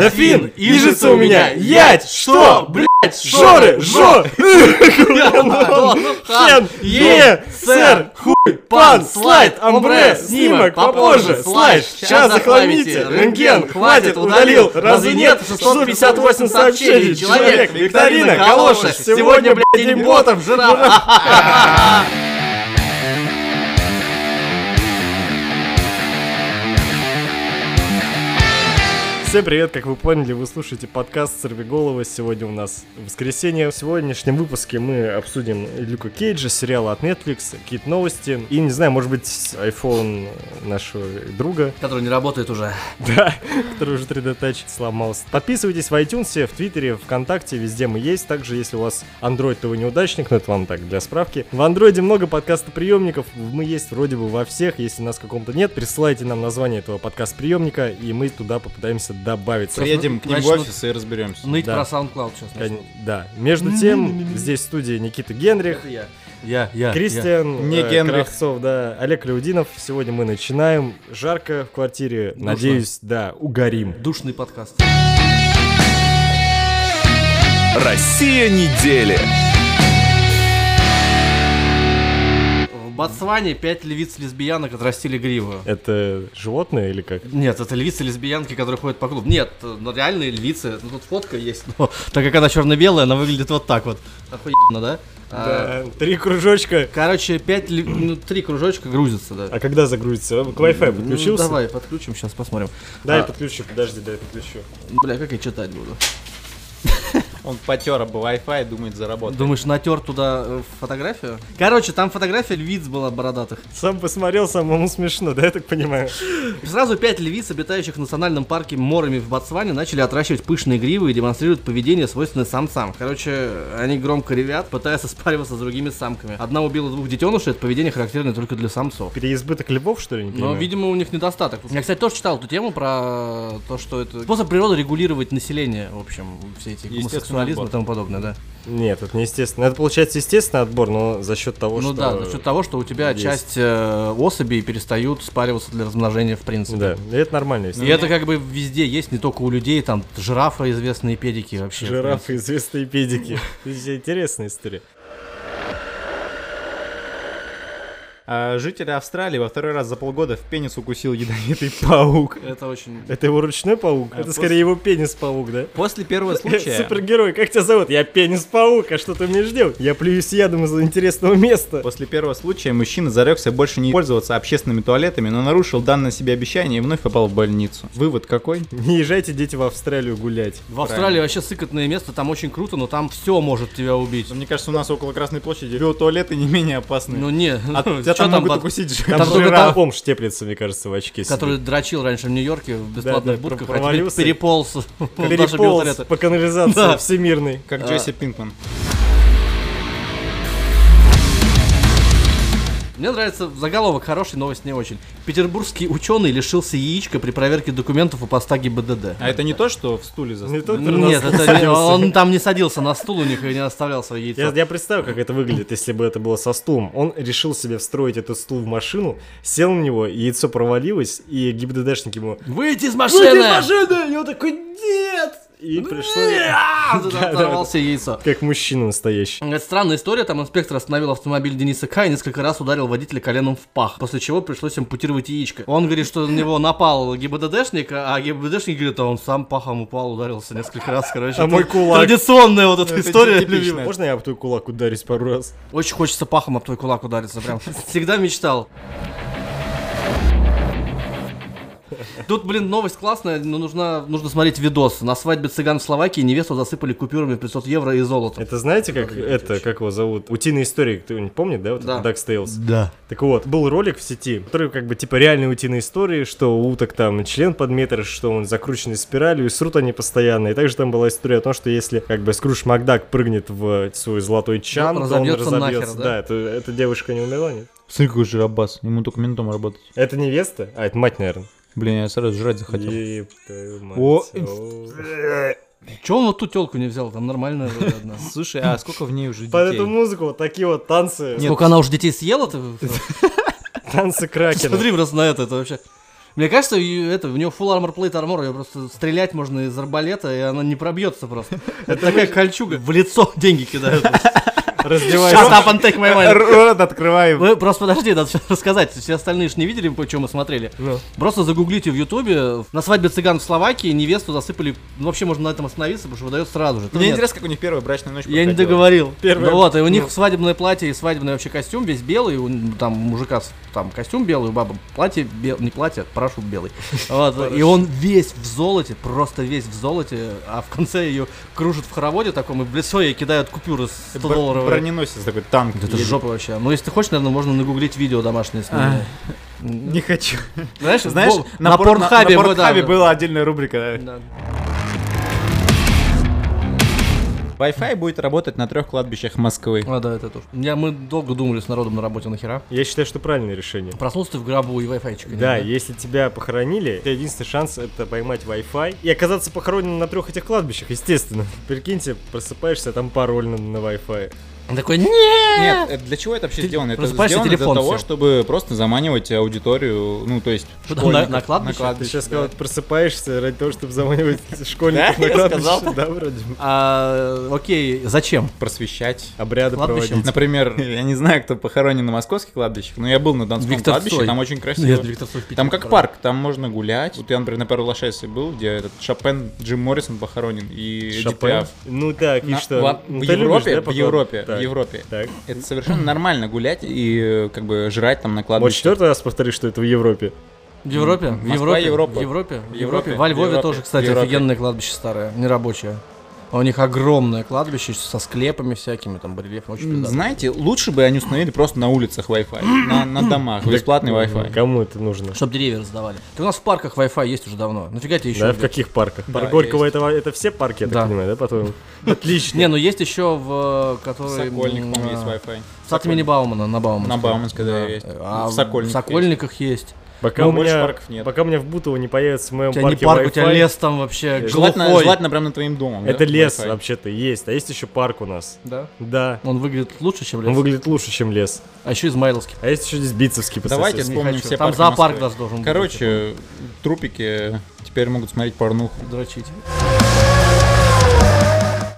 Дофин, ижица у меня, ять, что, блять, жоры, жо, хен, е, сэр, хуй, пан, слайд, амбре, снимок, попозже, слайд, сейчас захламите, рентген, хватит, удалил, разве нет, 658 сообщений, человек, викторина, калоша, сегодня, блядь, день ботов, жираф. Всем привет, как вы поняли, вы слушаете подкаст «Сорвиголова». Сегодня у нас воскресенье. В сегодняшнем выпуске мы обсудим Люка Кейджа, сериалы от Netflix, какие-то новости. И, не знаю, может быть, iPhone нашего друга. Который не работает уже. Да, который уже 3D Touch сломался. Подписывайтесь в iTunes, в Твиттере, ВКонтакте, везде мы есть. Также, если у вас Android, то вы неудачник, но это вам так, для справки. В Android много подкастоприемников, мы есть вроде бы во всех. Если нас каком-то нет, присылайте нам название этого подкаст-приемника, и мы туда попытаемся добавить. Приедем к ним в Начнут офис и разберемся. Ныть Да. про SoundCloud сейчас. Кон- Да. Между тем, здесь в студии Никита Генрих, я. Я, я, Кристиан Не э, Генрих. Кравцов, да, Олег Леудинов. Сегодня мы начинаем. Жарко в квартире. Душно. Надеюсь, да, угорим. я. Душный подкаст. Россия недели. В Ботсване пять львиц-лесбиянок отрастили гриву. Это животное или как? Нет, это львицы-лесбиянки, которые ходят по клубу. Нет, э, ну, реальные львицы. Ну, тут фотка есть, но так как она черно-белая, она выглядит вот так вот. Охуенно, да? А, Да, Три кружочка. Короче, пять, ль- ну, три кружочка грузятся, да. А когда загрузится? К Ну, Wi-Fi подключился? давай, подключим, сейчас посмотрим. Да, я А. подключу, подожди, да, я подключу. Бля, как я читать буду? Он потер об Wi-Fi, думает заработать. Думаешь, натер туда э, фотографию? Короче, там фотография львиц была бородатых. Сам посмотрел, самому смешно, да, я так понимаю? Сразу пять львиц, обитающих в национальном парке Морами в Ботсване, начали отращивать пышные гривы и демонстрируют поведение, свойственное самцам. Короче, они громко ревят, пытаясь спариваться с другими самками. Одна убила двух детенышей, это поведение характерно только для самцов. Переизбыток львов, что ли, не Но, понимаю? видимо, у них недостаток. Я, кстати, тоже читал эту тему про то, что это способ природы регулировать население, в общем, все эти Естественный гомосексуализм и отбор. тому подобное, да. Нет, это неестественно. Это получается естественный отбор, но за счет того, ну что... да, за счет того, что у тебя есть. часть э, особей перестают спариваться для размножения, в принципе. Да, и это нормально. если И это как бы везде есть, не только у людей, там жирафа известные педики вообще. Жирафы, известные педики. Это же интересная история. А, жители Австралии во второй раз за полгода в пенис укусил ядовитый паук. Это очень... Это его ручной паук? А, Это скорее его пенис-паук, да? После первого случая... Супергерой, как тебя зовут? Я пенис-паук, а что ты мне ждешь? Я плююсь ядом из интересного места. После первого случая мужчина зарекся больше не пользоваться общественными туалетами, но нарушил данное себе обещание и вновь попал в больницу. Вывод какой? Не езжайте, дети, в Австралию гулять. В Австралии вообще сыкотное место, там очень круто, но там все может тебя убить. Ну, Ну, Мне кажется, у нас около Красной площади туалеты не менее опасны. Ну не, а чё тебя там могут бат- укусить же. Там Там же только та- бомж теплится, мне кажется, в очке сидит. который дрочил раньше в Нью-Йорке в бесплатных да, будках, а про- теперь провалился. переполз в наши Переполз белтореты. по канализации Да. всемирной. Как Джесси Пинкман. Мне нравится заголовок, хороший, новость не очень. Петербургский ученый лишился яичка при проверке документов у поста ГИБДД. А это не то, что в стуле за Не тот, который Нет, нас это не- садился. он там не садился на стул у них и не оставлял свои яйца. Я, я представил, как это выглядит, если бы это было со стулом. Он решил себе встроить этот стул в машину, сел на него, яйцо провалилось, и ГИБДДшник ему «Ну, Выйти из машины! «Выйди из машины!» И он такой «Нет!» И пришло... А, вот это Да, да, Оторвался яйцо. Как мужчина настоящий. Это странная история, там инспектор остановил автомобиль Дениса К и несколько раз ударил водителя коленом в пах, после чего пришлось ампутировать яичко. Он говорит, что на него напал ГИБДДшник, а ГИБДДшник говорит, а он сам пахом упал, ударился несколько раз, короче. А мой Это кулак. Традиционная вот эта Это история типичная. любимая. Можно я об твой кулак ударюсь пару раз? Очень хочется пахом об твой кулак удариться, прям. Всегда мечтал. Тут, блин, новость классная, но нужно, нужно смотреть видос. На свадьбе цыган в Словакии невесту засыпали купюрами 500 евро и золотом. Это знаете, как это, как его зовут? Утиные истории, кто-нибудь помнит, да? Вот Да. этот DuckTales? Да. Так вот, был ролик в сети, который как бы типа реальные утиные истории, что у уток там член под метр, что он закрученный спиралью, и срут они постоянно. И также там была история о том, что если как бы Скрудж Макдак прыгнет в э, свой золотой чан, то он разобьется разобьется. нахер, да? да, это, эта девушка не умерла, нет? Смотри, какой жиробас. Ему только ментом работать. Это невеста? А, это мать, наверное. Блин, я сразу жрать захотел. Еб твою мать. О, О. Че он вот ту телку не взял? Там нормально вроде одна. Слушай, а сколько в ней уже Под эту музыку вот такие вот танцы. Нет. Сколько она уже детей съела? ты? Танцы кракена. Смотри просто на это, это вообще. Мне кажется, и это, у него full armor plate armor, ее просто стрелять можно из арбалета, и она не пробьется просто. Это такая кольчуга. В лицо деньги кидают. Раздевай Shut up and take my э, money. Рот открываем. Ну, просто подожди, надо всё рассказать. Все остальные же не видели, почему мы смотрели. Ну. Просто загуглите в Ютубе. На свадьбе цыган в Словакии невесту засыпали. Ну, вообще можно на этом остановиться, потому что выдает сразу же. Ты Мне нет. интересно, как у них первая брачная ночь Я не проходила. договорил. Первое. Ну вот, и у них Ну. свадебное платье и свадебный вообще костюм весь белый. У н- там у мужика с- там костюм белый, у бабы платье белый, не платье, а парашют белый. Вот, и он весь в золоте, просто весь в золоте, а в конце ее кружат в хороводе таком, и в лицо ей кидают купюры Бр- 100 долларов. Броненосец такой, танк. Это едет. жопа вообще. Ну, если ты хочешь, наверное, можно нагуглить видео домашнее с ними. М, Не хочу. Знаешь, Знаешь, во- на пор- Порнхабе на вот, да, Порнхабе да. была отдельная рубрика. Да. Wi-Fi будет работать на трех кладбищах Москвы. А, да, это тоже. Я, мы долго думали с народом на работе нахера. Я считаю, что правильное решение. Проснулся ты в гробу и Wi-Fi. Да, если тебя похоронили, это единственный шанс это поймать Wi-Fi и оказаться похороненным на трех этих кладбищах, естественно. Прикиньте, просыпаешься, а там пароль на, на Wi-Fi. Такой, нет! Нет, это для чего это вообще Ты сделано? Это просыпаешься, сделано для телефон того, сел. чтобы просто заманивать аудиторию, ну, то есть Куда, на- школьников на кладбище? Ты сейчас сказал, просыпаешься ради того, чтобы заманивать школьников Да, на я кладбище. сказал. Да, вроде бы. А, окей, зачем? Просвещать. Обряды Кладбище? проводить. Например, я не знаю, кто похоронен на московских кладбищах, но я был на Донском Виктор кладбище, Цой. там очень красиво. Нет, Виктор Цой в Питере там как похоронен. парк, там можно гулять. Вот я, например, на Перл Лашесе был, где этот Шопен, Джим Моррисон похоронен и Эдит Шопен. Пиаф. Ну так, и На- что? во- Ну, в ты любишь, Европе, да, в поклад- Европе, Так, в Европе. Так. Это совершенно нормально гулять и э, как бы жрать там на Вот кладбище. четвертый раз повтори, что это в Европе. В Европе? В Москва, Европе? Европа. В Европе? В Европе. Во Львове В Европе. тоже, кстати, В Европе. офигенное кладбище старое, нерабочее. А У них огромное кладбище со склепами всякими, там, барельефами, очень М, пиздато. Знаете, лучше бы они установили просто на улицах Wi-Fi, на, на домах, бесплатный Wi-Fi. ну, Кому это нужно? Чтоб деревья раздавали. Так у нас в парках Wi-Fi есть уже давно. Нафига тебе еще? Да, в каких парках? Да, Парк Горького есть. это, во- это все парки, я Да. так понимаю, да, по-твоему? Отлично. Не, ну есть еще в э, который... Сокольник, м, по-моему, есть а, Wi-Fi. В имени Баумана, на Бауманской. На Бауманской, да, Да. есть. Ну, А в Сокольниках Сокольниках есть. Пока Ну, у больше меня, парков нет. Пока у меня в Бутово не появится в моем У тебя не парке парк, у тебя Wi-Fi, лес там вообще есть. Желательно, глухой. желательно прям над твоим домом. да, Это лес Wi-Fi. вообще-то есть, а есть еще парк у нас. Да. Да, Он выглядит лучше, чем лес. он выглядит лучше, чем лес. А еще измайловский. А есть еще здесь Битцевский по Давайте соседству. вспомним хочу. все Там парки зоопарк Москвы. даже должен быть. Короче, трупики теперь могут смотреть порнуху. Дрочить.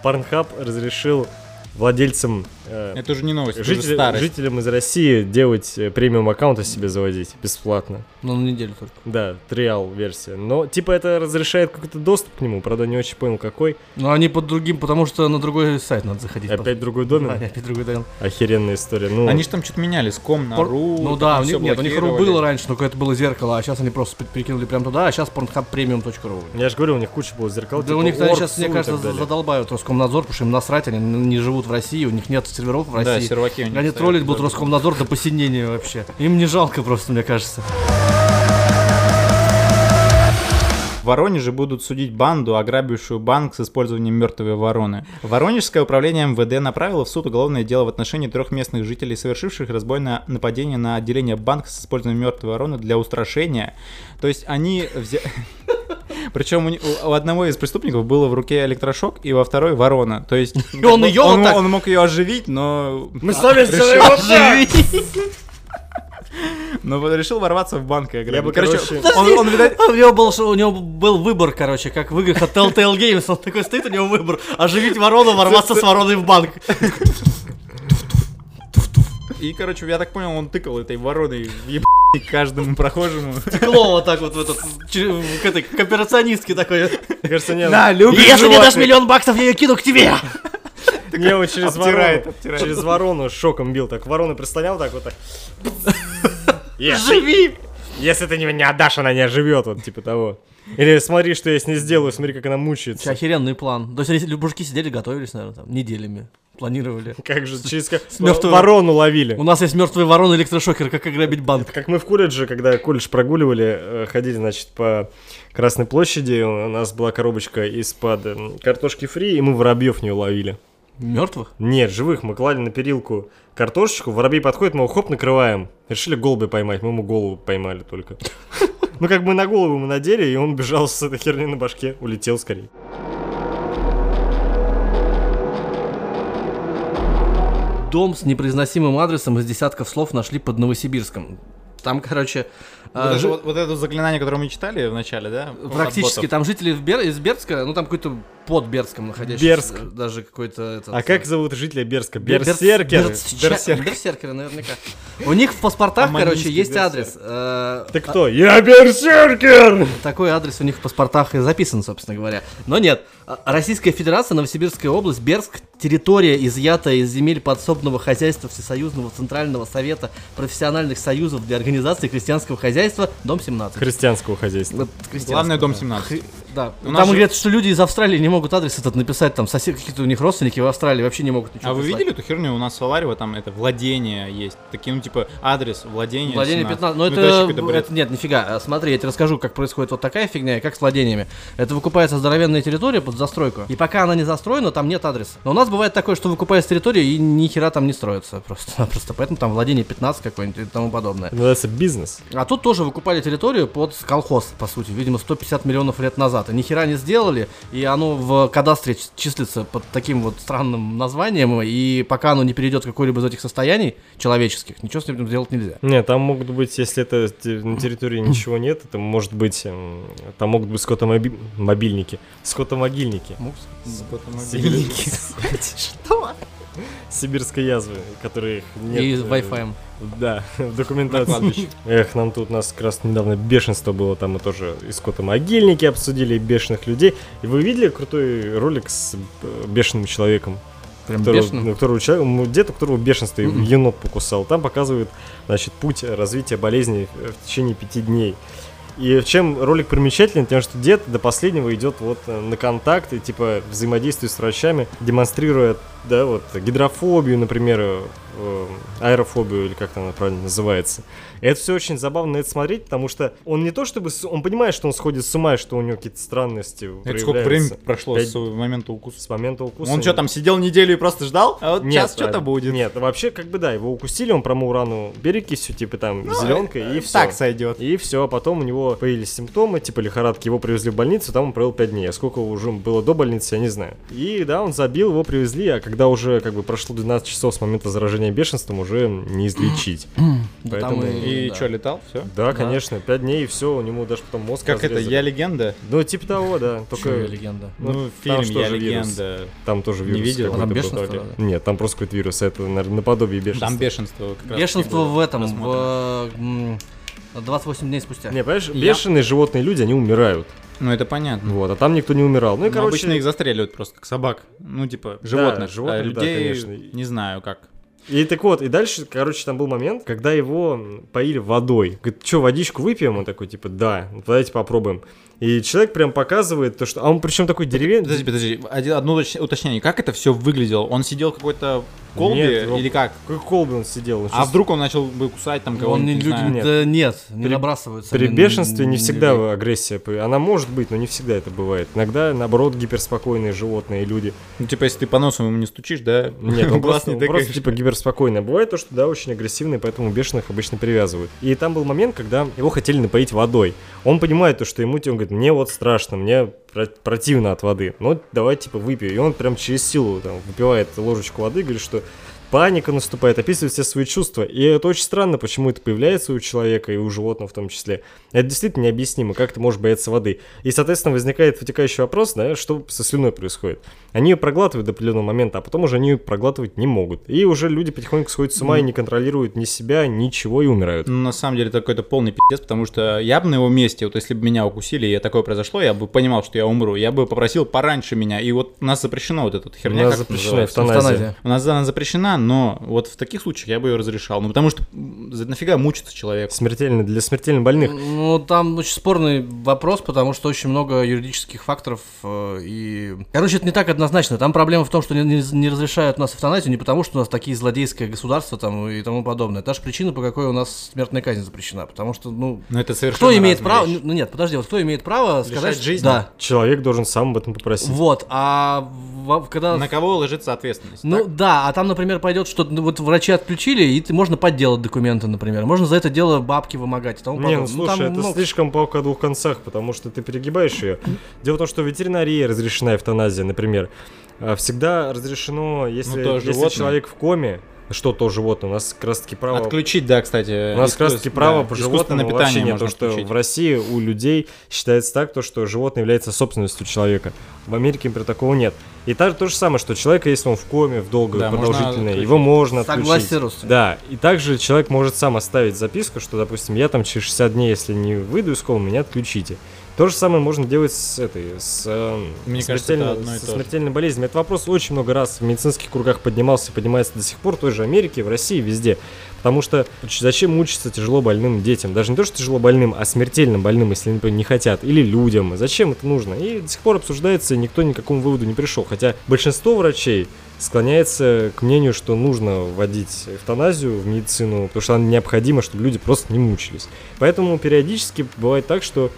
Порнхаб разрешил владельцам, э, Это уже не новость, это уже жителя- старость. жителям из России делать э, премиум аккаунты себе заводить бесплатно. Ну, на неделю только. Да, триал версия. Но типа это разрешает какой-то доступ к нему, правда не очень понял какой. Ну, они под другим, потому что на другой сайт надо заходить. Опять другой просто. домен. Да, А, опять другой домен. Охеренная история. Ну, Они же там что-то меняли, с ком на Пор- ру. ну там да, у всё них, нет, у них ру блокировали. было раньше, но это было зеркало, а сейчас они просто пер- перекинули прямо туда, а сейчас pornhubpremium.ru. я же говорю, у них куча было зеркал. Да типа у них Org, сейчас, мне Sue и кажется, так за- далее. задолбают Роскомнадзор, потому что им насрать, они н- не живут в России, у них нет серверов в Да, России. серваки у них они стоят. троллить будут Роскомнадзор до посинения вообще. Им не жалко просто, мне кажется. В Воронеже будут судить банду, ограбившую банк с использованием мертвой вороны. Воронежское управление МВД направило в суд уголовное дело в отношении трех местных жителей, совершивших разбойное нападение на отделение банка с использованием мертвой вороны для устрашения. То есть они взяли... Причем у, ни- у- у одного из преступников было в руке электрошок, и во второй ворона. То есть И он её вот так? он мог ее оживить, но Мы с вами решил- сделаем вот так! но вот решил ворваться в банк и ограбить. Я бы, короче- он, он, видать, А У него был, у него был выбор, короче, как в играх от Telltale Games. Он такой стоит, у него выбор. Оживить ворону, ворваться с вороной в банк. И, короче, я так понял, он тыкал этой вороной в еб***ь каждому прохожему. Стекло вот так вот в этот, че- в- к этой к операционистке такой. Мне кажется, не, ну, любишь Если мне дашь животных? миллион баксов, я ее кину к тебе. не, вот через обтирает, ворону, обтирает. через ворону шоком бил, так ворону прислонял, так вот так. Если, Живи. если ты меня не отдашь, она не оживет, вот типа того. Или смотри, что я с ней сделаю, смотри, как она Вообще мучается. Охеренный план. То есть они- мужики сидели, готовились, наверное, там, неделями. Планировали. Как же, через ка- мёртвой- ворону ловили. У нас есть мертвые вороны, электрошокер, как ограбить банк. Как мы в колледже, когда колледж прогуливали, э, ходили, значит, по Красной площади, у нас была коробочка из-под м, картошки фри, и мы воробьев в нее ловили. Мертвых? Нет, живых мы клали на перилку картошечку, воробей подходит, мы его хоп, накрываем. Решили голубя поймать, мы ему голову поймали только. Ну, как бы на голову мы надели, и он бежал с этой херней на башке, улетел скорее. Дом с непроизносимым адресом из десятков слов нашли под Новосибирском. Там, короче, Вот, э, это, жи- вот, вот это заклинание, которое мы читали в начале, да? практически От ботов. там жители в Бер- из Бердска, ну там какой-то под Бердском находящийся. Берск. э, Даже какой-то этот, А э, как зовут жителя Берска? Бер- Берс- Берсеркер. Берсча- Берсерк. Берсеркеры, наверняка. У них в паспортах, короче, Аманийский есть берсерк. адрес. э, Ты кто? Я Берсеркер! Такой адрес у них в паспортах и записан, собственно говоря. Но нет. А- Российская Федерация, Новосибирская область, Берск, территория, изъятая из земель подсобного хозяйства Всесоюзного Центрального Совета профессиональных союзов для организации крестьянского хозяйства, дом 17. Христианского хозяйства. Вот крестьянское, Главное, дом да. 17. Да. У нас там же- говорят, что люди из Австралии не могут адрес этот написать, там сосед, какие-то у них родственники в Австралии вообще не могут ничего А вы прислать. видели эту херню? У нас в Аларево там это владение есть. Такие, ну, типа, адрес, владение. Владение 15. Ну, это, вообще какой-то бред. это- нет, нифига. А, Смотри, я тебе расскажу, как происходит вот такая фигня и как с владениями. Это выкупается здоровенная территория под застройку. И пока она не застроена, там нет адреса. Но у нас бывает такое, что выкупается территория и ни хера там не строится. Просто, просто поэтому там владение 15 какое-нибудь и тому подобное. Это Называется бизнес. А тут тоже выкупали территорию под колхоз, по сути, видимо, 150 миллионов лет назад. И ни хера не сделали, и оно в кадастре ч- числится под таким вот странным названием, и пока оно не перейдет в какое-либо из этих состояний человеческих, ничего с ним сделать нельзя. Нет, там могут быть, если это те- на территории ничего нет, это может быть, эм, там могут быть скотомобильники. Скотомогильники. Мукс. Ну, Скотомобильники. Что? Сибирской язвы, которых нет. И э, с Wi-Fi. Да, в На документации. кладбище. Эх, нам тут у нас как раз недавно бешенство было, там мы тоже и скотомогильники обсудили, и бешеных людей. И вы видели крутой ролик с э, бешеным человеком? Прям Которого- бешеным? ну, которого человека- ну, дед, у которого бешенство, и Мгм. енот покусал. Там показывают, значит, путь развития болезни э, в течение пяти дней. И в чем ролик примечателен, тем, что дед до последнего идет вот э, на контакт и типа взаимодействие с врачами, демонстрируя, да, вот гидрофобию, например, э, э, аэрофобию, или как там она правильно называется. И это все очень забавно на это смотреть, потому что он не то чтобы, с- он понимает, что он сходит с ума, и что у него какие-то странности Это сколько проявляются. времени прошло Пять- с момента укуса? с момента укуса. Он что там, сидел неделю и просто ждал? А вот Нет, сейчас что-то правильно. будет. Нет, вообще, как бы да, его укусили, он промыл рану все типа там зеленка и все. Ну, э, Так сойдет. И все, а потом у него появились симптомы, типа лихорадки, его привезли в больницу, там он провел 5 дней. А сколько уже было до больницы, я не знаю. И да, он забил, его привезли, а когда уже как бы прошло 12 часов с момента заражения бешенством, уже не излечить. Да там Поэтому... И да. что, летал? Все? Да, Да. конечно, 5 дней и все, у него даже потом мозг Как это, разрезали. я легенда? Ну, типа того, да. Чё, Только легенда. Ну, Ну, там фильм что «Я же вирус? легенда». там тоже Не вирус. видел? какой-то Там был, бешенство, то ли. да? Нет, там просто какой-то вирус, это, наверное, наподобие бешенства. Там бешенство. как раз Бешенство было в этом, рассмотрено. в м, 28 дней спустя. Не, понимаешь, Я- бешеные животные люди, они умирают. Ну, это понятно. Вот, а там никто не умирал. Ну и, Ну, короче, Обычно их застреливают просто, как собак. Ну, типа, животных. животных, а да, людей, конечно. не знаю как. И так вот, и дальше, короче, там был момент, когда его м, поили водой. Говорит, что, водичку выпьем? Он такой, типа, да, ну, давайте попробуем. И человек прям показывает то, что... А он причем такой Подожди, деревенский. подожди, один- одно уточ- уточнение. Как это все выглядело? Он сидел в какой-то колбе Нет, его- или как? Какой колбы он сидел. он А щас- вдруг он начал бы кусать там кого-то? Он не люди, знаю. да нет, не При- набрасываются. При они на- бешенстве не на всегда людей. агрессия. появ- Она может быть, но не всегда это бывает. Иногда, наоборот, гиперспокойные животные люди. Ну, типа, если ты по носу ему не стучишь, да? Нет, он Глаз просто, не он просто, тыкаешь. типа гиперспокойный. А Бывает то, что да, очень агрессивный, поэтому бешеных обычно привязывают. И там был момент, когда его хотели напоить водой. Он понимает то, что ему, типа, он говорит, мне вот страшно, мне про- противно от воды. Ну, давай, типа, выпью. И он прям через силу там, выпивает ложечку воды, говорит, что паника наступает, описывает все свои чувства. И это очень странно, почему это появляется у человека и у животного в том числе. Это действительно необъяснимо, как ты можешь бояться воды. И, соответственно, возникает вытекающий вопрос, да, что со слюной происходит. Они ее проглатывают до определенного момента, а потом уже они ее проглатывать не могут. И уже люди потихоньку сходят с ума и не контролируют ни себя, ничего и умирают. Ну, на самом деле, это какой-то полный пиздец, потому что я бы на его месте, вот если бы меня укусили, и такое произошло, я бы понимал, что я умру. Я бы попросил пораньше меня. И вот у нас запрещено вот эта вот херня. У нас как это запрещена называется? эвтаназия. Эвтаназия. У нас она запрещена, но вот в таких случаях я бы ее разрешал. Ну, потому что м, за- нафига мучиться человек? Смертельно для смертельно больных. Ну, там очень спорный вопрос, потому что очень много юридических факторов э, и... Короче, это не так однозначно. Там проблема в том, что не, не- не разрешают у нас эвтаназию не потому, что у нас такие злодейское государство там и тому подобное. Это же причина, по какой у нас смертная казнь запрещена. Потому что, ну... Ну, это совершенно Кто имеет разные право... вещи. Ну, нет, подожди, вот кто имеет право Лишать сказать... что- жизни? Да. Человек должен сам об этом попросить. Вот, а во- когда... На кого ложится ответственность? Ну так? да, а там, например, пойдет, что ну, вот врачи отключили, и ты, можно подделать документы, например. Можно за это дело бабки вымогать и тому Не, ну подобное. слушай, там это много- слишком палка о двух концах, потому что ты перегибаешь ее. Дело в том, что в ветеринарии разрешена эвтаназия, например. А Всегда разрешено, если, Ну, то если животное. человек в коме, Что то животное? У нас как раз таки право... Отключить, да, кстати. У нас как раз искус- таки право э, да, по искусственное животному вообще питание нет, можно потому что отключить. в России у людей считается так, то, что животное является собственностью человека. В Америке, например, такого нет. И та- то же самое, что человека, если он в коме, в долгое, Да, можно продолжительное, отключить. его можно отключить. Согласие родственников. Да, и также человек может сам оставить записку, что, допустим, я там через 60 дней, если не выйду из комы, меня отключите. То же самое можно делать с этой, с, эм, Мне кажется, смертельно- это одно и со то же. смертельной болезнью. Этот вопрос очень много раз в медицинских кругах поднимался и поднимается до сих пор в той же Америке, в России, везде. Потому что ч- зачем мучиться тяжело больным детям? Даже не то, что тяжело больным, а смертельно больным, если они например, не хотят. Или людям. Зачем это нужно? И до сих пор обсуждается, и никто ни к какому выводу не пришел. Хотя большинство врачей склоняется к мнению, что нужно вводить эвтаназию в медицину, потому что она необходима, чтобы люди просто не мучились. Поэтому периодически бывает так, что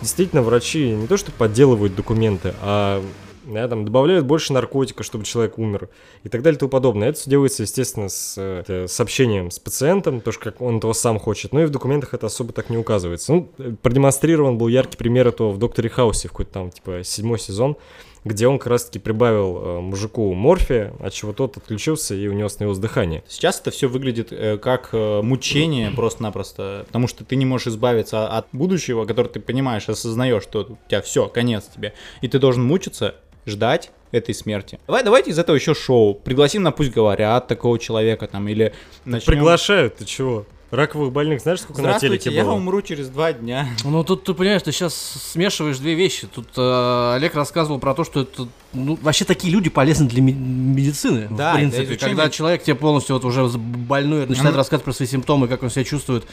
действительно врачи не то что подделывают документы, а да, там добавляют больше наркотика, чтобы человек умер и так далее и тому подобное. Это все делается, естественно, с э, э, сообщением с пациентом, то, что как он этого сам хочет. Но и в документах это особо так не указывается. Ну, э, продемонстрирован был яркий пример этого в «Докторе Хаусе», в какой-то там, типа, седьмой сезон, где он как раз-таки прибавил э, мужику морфия, от чего тот отключился, и у него снялось дыхание. Сейчас это все выглядит э, как э, мучение просто-напросто, потому что ты не можешь избавиться от будущего, которое ты понимаешь, осознаешь, что у тебя все, конец тебе. И ты должен мучиться, ждать этой смерти. Давай, давайте из этого еще шоу. Пригласим на «Пусть говорят» такого человека там, или начнем... Приглашают, ты чего? Раковых больных, знаешь, сколько на телеке Здравствуйте, я было? умру через два дня. Ну тут ты понимаешь, ты сейчас смешиваешь две вещи. Тут э, Олег рассказывал про то, что это ну, вообще такие люди полезны для ме- медицины. Да, в принципе, для изучения- когда человек тебе полностью вот уже з- больной начинает Она- рассказывать про свои симптомы, как он себя чувствует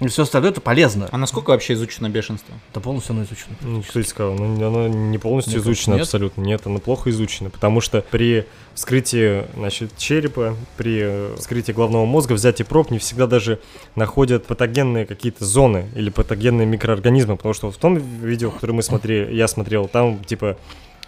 и все остальное, это полезно. А насколько вообще изучено бешенство? Это полностью оно изучено. Ну, кто тебе сказал? Ну, оно не полностью Мне кажется, изучено нет. абсолютно. Нет, оно плохо изучено, потому что при вскрытии, значит, черепа, при э, вскрытии головного мозга, взятии проб не всегда даже находят патогенные какие-то зоны или патогенные микроорганизмы, потому что вот в том видео, которое мы смотрели, я смотрел, там, типа,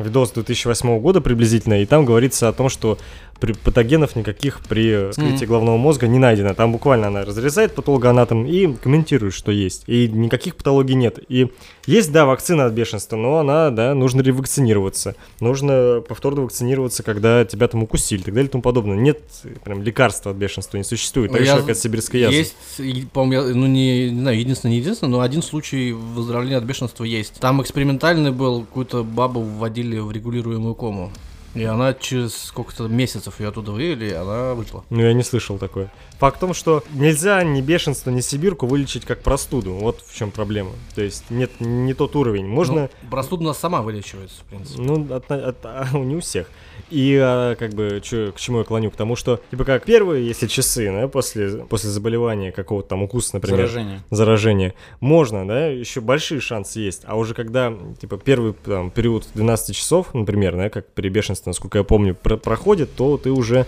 видос 2008 года приблизительно, и там говорится о том, что при- патогенов никаких при вскрытии Мгм. головного мозга не найдено. Там буквально она разрезает патологоанатом и комментирует, что есть. И никаких патологий нет. И есть, да, вакцина от бешенства, но она, да, нужно ревакцинироваться. Нужно повторно вакцинироваться, когда тебя там укусили и так далее и тому подобное. Нет э, прям лекарства от бешенства, не существует. Ну, Так же, я- как от сибирской язвы. Есть, и, по-моему, я- ну не, не знаю, единственное, не единственное, но один случай выздоровления от бешенства есть. Там экспериментальный был, какую-то бабу вводили в регулируемую кому. И она через сколько-то месяцев ее оттуда вывели, и она вышла. Ну, я не слышал такое. Факт в том, что нельзя ни бешенство, ни сибирку вылечить как простуду. Вот в чем проблема. То есть нет не тот уровень. Можно... Ну, простуда у нас сама вылечивается, в принципе. Ну, от- от- а, не у всех. И а, как бы чё- к чему я клоню? К тому, что типа как первые, если часы, да, после, после заболевания какого-то там укуса, например, Заражение. заражения, можно, да, еще большие шансы есть. А уже когда, типа, первый там, период 12 часов, например, да, как при бешенстве, насколько я помню, про- проходит, то ты уже,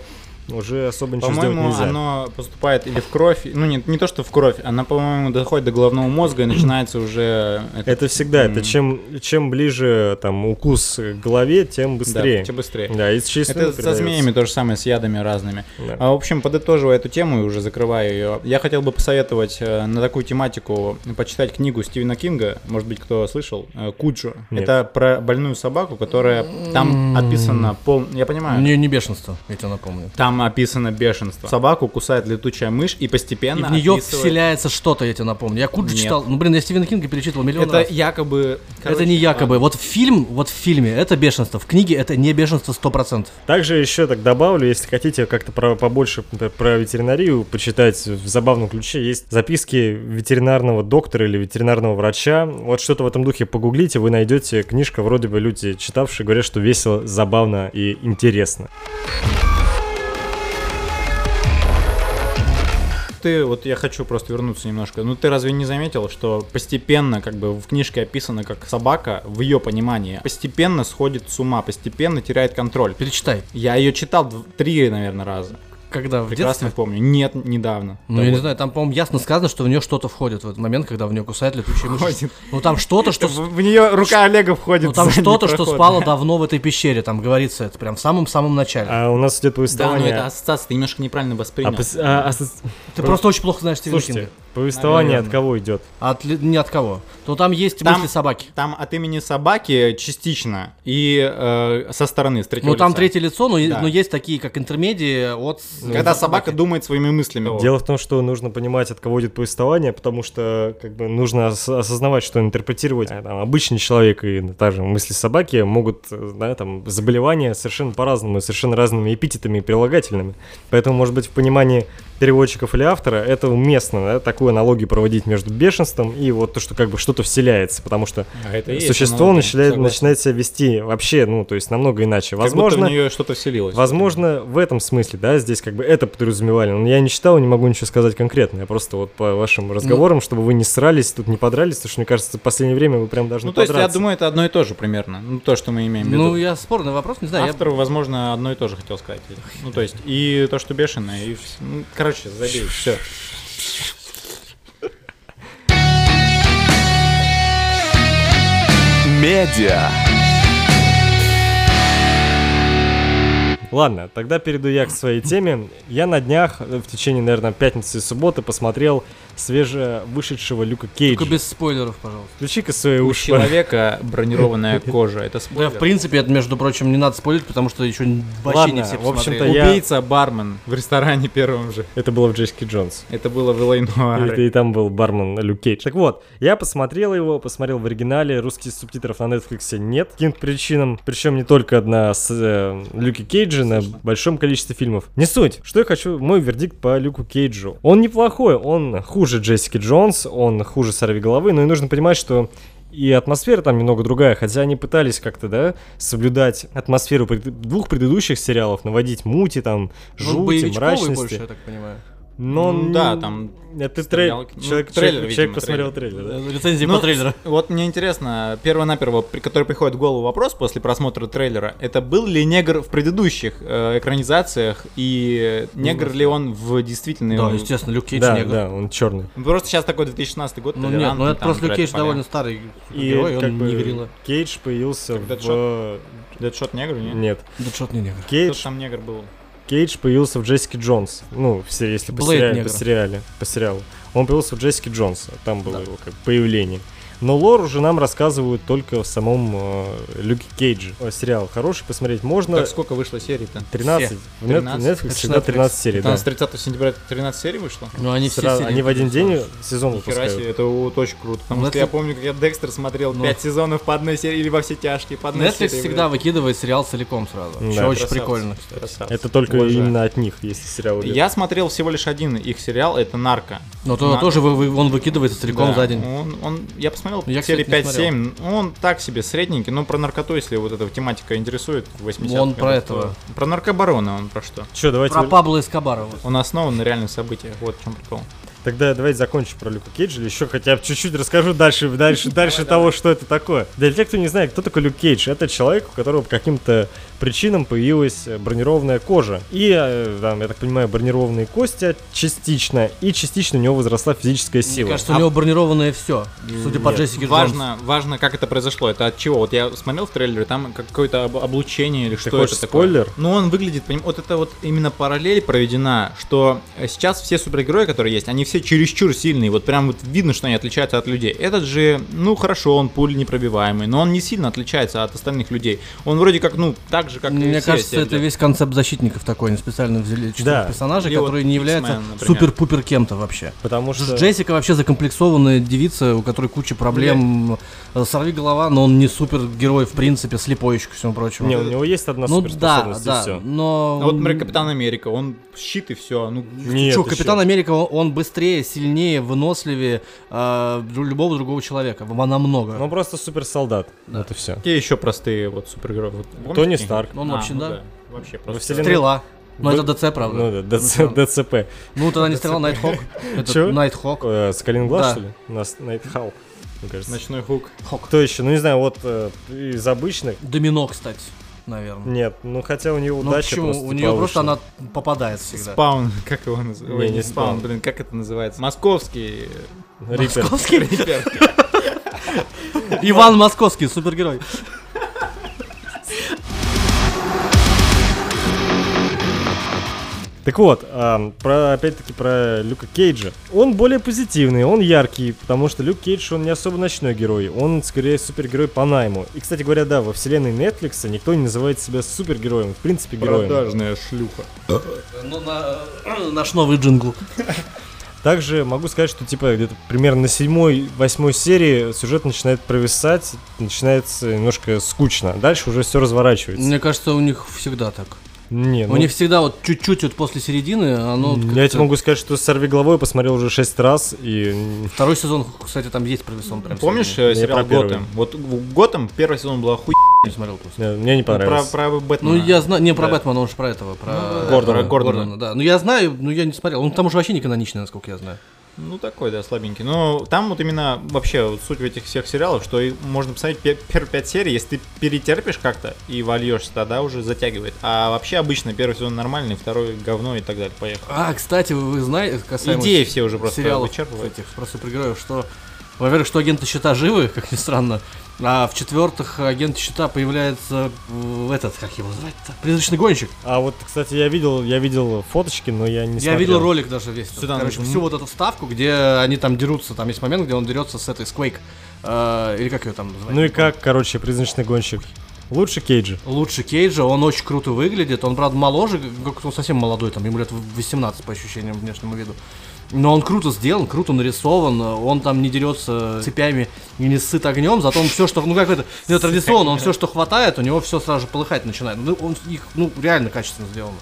уже особо ничего сделать По-моему, нельзя. оно поступает или в кровь, ну не, не то, что в кровь, она, по-моему, доходит до головного мозга и начинается уже... этот- Это всегда, это М. чем, чем ближе там укус к голове, тем да, быстрее. тем быстрее. Да, и через Это слюну со передается. змеями то же самое, с ядами разными. Да. А, в общем, подытоживая эту тему и уже закрываю ее, я хотел бы посоветовать э, на такую тематику почитать книгу Стивена Кинга, может быть, кто слышал, э, Куджо. Нет. Это про больную собаку, которая там описано пол... Я понимаю. Не, не бешенство, я тебе напомню. Там описано бешенство. Собаку кусает летучая мышь и И постепенно в нее описывает- вселяется что-то, я тебе напомню. Я Куджи Нет. читал. Ну блин, я Стивена Кинга перечитывал миллион Это раз. якобы... это короче, не якобы. Вот фильм, вот в фильме это бешенство. В книге это не бешенство 100%. Также еще так добавлю, если хотите как-то про- побольше например, про ветеринарию почитать в забавном ключе, есть записки ветеринарного доктора или ветеринарного врача. Вот что-то в этом духе погуглите, вы найдете книжка, вроде бы люди, читавшие, говорят, что весело, забавно и интересно. Ты, вот я хочу просто вернуться немножко. Ну ты разве не заметил, что постепенно, как бы в книжке описано, как собака, в ее понимании, постепенно сходит с ума, постепенно теряет контроль. Перечитай. Я ее читал дв- три, наверное, раза. Когда в детстве. Прекрасно помню. Нет, недавно. Ну, я не знаю, там, по-моему, ясно сказано, что в нее что-то входит в этот момент, когда в нее кусает летучая мышь. Входит. Ну, там что-то, что... с- В, нее рука Олега входит. Ну, там в задний что-то, что проход. спало давно в этой пещере, там говорится это прям в самом-самом начале. А у нас идет Да, но повествование... это ассоциация, ты немножко неправильно воспринял. Апос- а, асоци- Ты просто очень плохо знаешь Стивена Слушайте, Кинга. Повествование Наверно. от кого идет? От ли- ни от кого. То там есть Там- мысли собаки. Там от имени собаки частично и э, со стороны, с третьего Ну там лица. третье лицо, но, и- Да. но есть такие, как интермедии от... с- Ну, Когда собаки. собака думает своими мыслями. Дело в том, что нужно понимать, от кого идет повествование, потому что как бы нужно ос- осознавать, что интерпретировать э, там, обычный человек и ну, та же мысли собаки могут, э, да, там, заболевания совершенно по-разному, совершенно разными эпитетами и прилагательными. Поэтому, может быть, в понимании переводчиков или автора это уместно, да, такую аналогию проводить между бешенством и вот то, что как бы что-то вселяется, потому что А это и есть существо аналогия, начинает, согласен. начинает себя вести вообще, ну, то есть намного иначе. Как будто Возможно, в нее что-то вселилось. Возможно, в этом смысле, да, здесь как бы это подразумевали. Но я не читал, не могу ничего сказать конкретно. Я просто вот по Ну, вашим разговорам, чтобы вы не срались, тут не подрались, потому что, мне кажется, в последнее время вы прям должны Ну, то есть, я подраться. думаю, это одно и то же примерно. Ну, то, что мы имеем в виду. Ну, я спорный вопрос, не знаю. я- Автор, возможно, одно и то же хотел сказать. Ну, то есть, и то, что бешеное, и... вс- Ну, короче, забей, все. Медиа. Ладно, тогда перейду я к своей теме. Я на днях, э, в течение, наверное, пятницы и субботы посмотрел свежевышедшего Люка Кейджа. Только без спойлеров, пожалуйста. Включи-ка свои У уши. человека бронированная кожа. Это Да, в спойлер. принципе, это, между прочим, не надо спойлерить, потому что еще вообще не Ладно, все в общем-то, посмотрели. я- Убийца бармен в ресторане первом же. Это было в Джессике Джонс. Это было в Элейнуаре. И, и там был бармен Люк Кейдж. Так вот, я посмотрел его, посмотрел в оригинале, русских субтитров на Netflix нет, по каким-то причинам, причем не только одна с э, Люки Кейджа на большом количестве фильмов. Не суть, что я хочу, мой вердикт по Люку Кейджу. Он неплохой, он хуже Джессики Джонс, он хуже Сорви Головы, но и нужно понимать, что и атмосфера там немного другая, хотя они пытались как-то, да, соблюдать атмосферу пред- двух предыдущих сериалов, наводить мути, там, Ну, жути, боевичковый мрачности. больше, я так понимаю. Но Ну н- да, там Это стрелял- трейлер. ну, Человек, трейлер, человек- видимо, человек посмотрел трейлер. трейлер, да? Э, Рецензии Ну, по трейлеру. Вот мне интересно, перво-наперво, при который приходит в голову вопрос после просмотра трейлера, это был ли негр в предыдущих э, экранизациях и негр ли он в действительной... Да, естественно, Люк Кейдж ну, Да, негр. да, он черный. Просто сейчас такой 2016 год, Ну нет, ну толерантный, это там просто Люк играть Кейдж поля. довольно старый Ну, И герой, как он бы не верила. Кейдж появился Как в... Дэдшот негр, нет? Нет. Да что не негр. Кто Кейдж, там негр был? Кейдж появился в Джессике Джонс. Ну, в се- если по, Блэйд сериале, по, негр. сериале, по сериалу. Он появился в Джессике Джонс. а Там было его как появление. Но лор уже нам рассказывают только в самом э, Люке Кейдже. Э, Сериал хороший, посмотреть Ну, можно. э, Так сколько вышло серий-то? 13. В нет- 13. Netflix всегда 13. 13 серий, Там да. с 30 сентября 13 серий вышло? Ну они все Сразу- серии они в один день переносят. сезон Нихера выпускают. себе, это вот очень круто. Потому Ну, что Netflix- я помню, как я Декстер смотрел Ну. 5 сезонов по одной серии или во все тяжкие по одной Netflix серии. всегда блядь. выкидывает сериал целиком сразу. Да. Что очень Красавцы, прикольно. красавцы. Это только Уважаю. именно от них, если сериал идет. Я смотрел всего лишь один их сериал, это «Нарко». Но то- На- тоже вы- вы- он выкидывается целиком Да, за день. Он, он- я посмотрел Я, кстати, серии не 5-7, он так себе средненький, но про наркоту, если вот эта тематика интересует, 80 Он про этого. Про наркобарона он про что? Че, давайте... Про Пабло Эскобара. вот. Он основан на реальных событиях, вот в чем прикол. Тогда давайте закончим про Люка Кейджа или еще хотя бы чуть-чуть расскажу дальше, дальше, дальше того, что это такое. Для тех, кто не знает, кто такой Люк Кейдж, это человек, у которого по каким-то причинам появилась э, бронированная кожа. И, э, там, я так понимаю, бронированные кости частично, и частично у него возросла физическая Мне сила. кажется, у него бронированное все. Судя по нет. Джессике Джонс. Важно, важно, как это произошло. Это от чего? Вот я смотрел в трейлере, там какое-то об- облучение или что хочешь это такое. спойлер? Ну, он выглядит, поним- вот это вот именно параллель проведена, что э, сейчас все супергерои, которые есть, они все чересчур сильные, вот прям вот видно, что они отличаются от людей. Этот же, ну хорошо, он пуль непробиваемый, но он не сильно отличается от остальных людей. Он вроде как, ну, так же, как и Мне все кажется, себя это ведет. весь концепт защитников такой. Они специально взяли четырех Да. персонажей, Или вот которые не являются X-Men, например. супер-пупер кем-то вообще. Потому Ж- что... Джессика вообще закомплексованная девица, у которой куча проблем. Э, Сорви голова, но он не супергерой, в принципе, слепой еще, ко всему прочему. Не, у него есть одна ну да, суперспособность, и да, всё. но... А Вот, например, Капитан Америка, он щит и все. Ну, Нет, Чё, ты Капитан чё? Америка, он, он быстрее, сильнее, выносливее э, дру- любого другого человека. Во- Намного. Он Ну, просто суперсолдат. Это все. какие еще простые вот супергерои? Вот помните Тони какие? Старк. Он А, вообще, ну да. Вообще просто. вселенной- Стрела. Ну, Вы- это ДЦ, правда. Ну, Ну да, ДЦ, ДЦП. тогда не стрела, Найтхок. Чё? Это Найтхок. Э, Скалин Глаз, Да. что ли? У нас Найтхал, мне кажется. Ночной хук. Хок. Кто еще? Ну не знаю, вот э, из обычных. Домино, кстати, наверное. Нет, ну хотя у нее Ну удача почему? просто У нее просто повышена. она попадает всегда. Спаун, как его называют? Не, Ой, не не спаун, спаун. блин, как это называется? Московский Риппер. Московский? репер. Иван Московский, супергерой. Так вот, а, про, опять-таки про Люка Кейджа. Он более позитивный, он яркий, потому что Люк Кейдж, он не особо ночной герой, он скорее супергерой по найму. И, кстати говоря, да, во вселенной Netflix никто не называет себя супергероем, в принципе, героем. шлюха. Ну, на- наш новый джингл. Также могу сказать, что типа где-то примерно на седьмой, восьмой серии сюжет начинает провисать, начинается немножко скучно. Дальше уже все разворачивается. Мне кажется, у них всегда так. Не, ну, У них всегда вот чуть-чуть вот после середины, оно... вот я как-то- тебе могу сказать, что «Сорви головой» посмотрел уже шесть раз, и Второй сезон, кстати, там есть провисон. Прям Помнишь середине. э, Не сериал про первый. Готэм? Вот в Готэм первый сезон была хуй. Не смотрел просто. э, мне не Про, понравилось. про Бэтмена. Ну, я знаю... Не, про Да. Бэтмена, он же про этого, про... Гордона, Гордона, Гордона. да. Ну, я знаю, но я не смотрел. Он там уже вообще не каноничный, насколько я знаю. Ну, такой, да, слабенький. Но там вот именно вообще вот суть в этих всех сериалов, что и можно посмотреть пе- первые пять серий, если ты перетерпишь как-то и вольешься, тогда уже затягивает. А вообще обычно первый сезон нормальный, второй говно и так далее. Поехали. А, кстати, вы, вы знаете, касаемо... Идеи все уже просто сериалов вычерпывают. этих про супергероев, что, во-первых, что агенты щита живы, как ни странно, а в-четвертых, агент щита появляется в этот, как его звать-то, призрачный гонщик. А вот, кстати, я видел, я видел фоточки, но я не Я смотрел. видел ролик даже весь. Сюда короче, нужно. всю вот эту ставку, где они там дерутся. Там есть момент, где он дерется с этой Сквейк. или как ее там называют? Ну и как, короче, призрачный гонщик. Лучше Кейджа. Лучше Кейджа, он очень круто выглядит. Он, правда, моложе, как он совсем молодой, там ему лет 18 по ощущениям внешнему виду. Но он круто сделан, круто нарисован, он там не дерется цепями и не сыт огнем, зато он все, что, ну как это, это традиционно, он все, что хватает, у него все сразу же полыхать начинает. Ну, он их, ну, реально качественно сделано.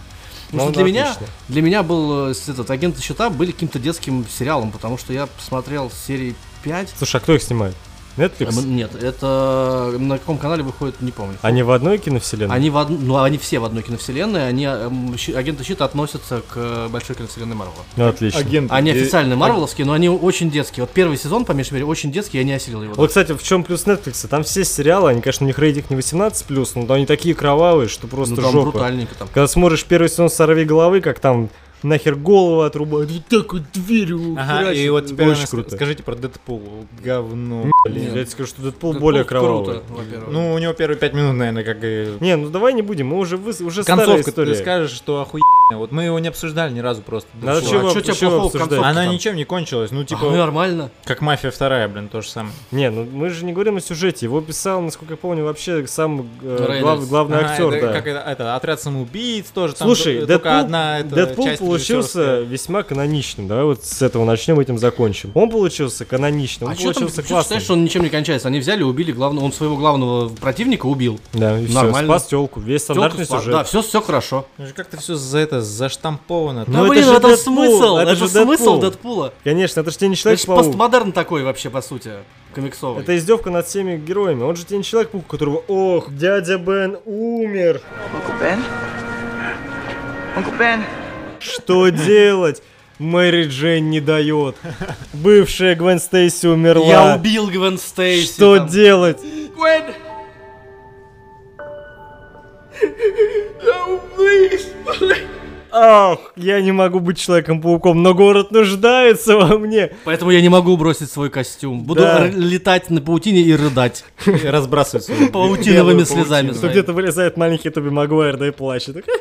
Ну, Потому что да, для меня, отлично. для меня был э, с- этот агент счета были каким-то детским сериалом, потому что я посмотрел серии 5. Слушай, а кто их снимает? А, м, Netflix? Нет, это на каком канале выходит, не помню. Они в одной киновселенной? Они в одну, ну, они все в одной киновселенной, они эм, щи- агенты щита относятся к э, большой киновселенной Марвела. Ну, отлично. Агент. Они официально марвеловские, но они очень детские. Вот первый сезон, по меньшей мере, очень детский, я не осилил его. Ну, Вот, кстати, в чем плюс Netflix? Там все сериалы, они, конечно, у них рейтинг не 18+, но они такие кровавые, что ну, просто там жопа. брутальненько там. Когда смотришь первый сезон «Сорви головы», как там нахер голову отрубают, вот так вот дверью Ага, и херачат. вот теперь Очень нас- круто. скажите про Дэдпул. Говно. Блин, Нет. я тебе скажу, что Дэдпул Ну, более кровавый. Круто, во-первых. Ну, у него первые пять минут, наверное, как и... Не, ну давай не будем, мы уже, выс- уже старая Концовка, история. ты скажешь, что охуенно. Вот мы его не обсуждали ни разу просто. Да Дошло. чего, а чё тебя чего плохого в обсуждать? концовке? Она там? ничем не кончилась, ну А, ну, типа нормально. как мафия вторая, блин, то же самое. Не, ну мы же не говорим о сюжете. Его писал, насколько я помню, вообще сам э, Рейнольдс. А, глав- главный Ага, актер, это да. Как это, это, отряд самоубийц тоже. там Слушай, т- Дэдпул, только одна это, Дэдпул часть получился режиссерская. весьма каноничным. Давай вот с этого начнем, этим закончим. Он получился каноничным, он А что там, получился чё ты классным. считаешь, что он ничем не кончается? Они взяли, убили главного, он своего главного противника убил. Да, и всё, Нормально. спас телку, весь стандартный Тёлку спас. сюжет. Да, все, все хорошо. Ну же как-то все за это заштамповано. Ну, Ну, это блин, же это, Дэдпул, смысл, это это, же Дэдпул. смысл Дэдпула. Конечно, это же тебе не Ну, Это человек же паук. постмодерн такой вообще, по сути, комиксовый. Это издевка над всеми героями. Он же тебе не человек паук, у которого ох, дядя Бен умер. Uncle Ben? Uncle Ben? Что делать? Мэри Джейн не дает. Бывшая Гвен Стейси умерла. Я убил Гвен Стейси. Что там. делать? Gwen! No, please! Ах, я не могу быть Человеком-пауком, но город нуждается во мне. Поэтому я не могу бросить свой костюм. Буду Да. р- летать на паутине и рыдать. И разбрасывается. вот Паутиновыми белую слезами. Что Знаю. где-то вылезает маленький Тоби Магуайр, да и плачет.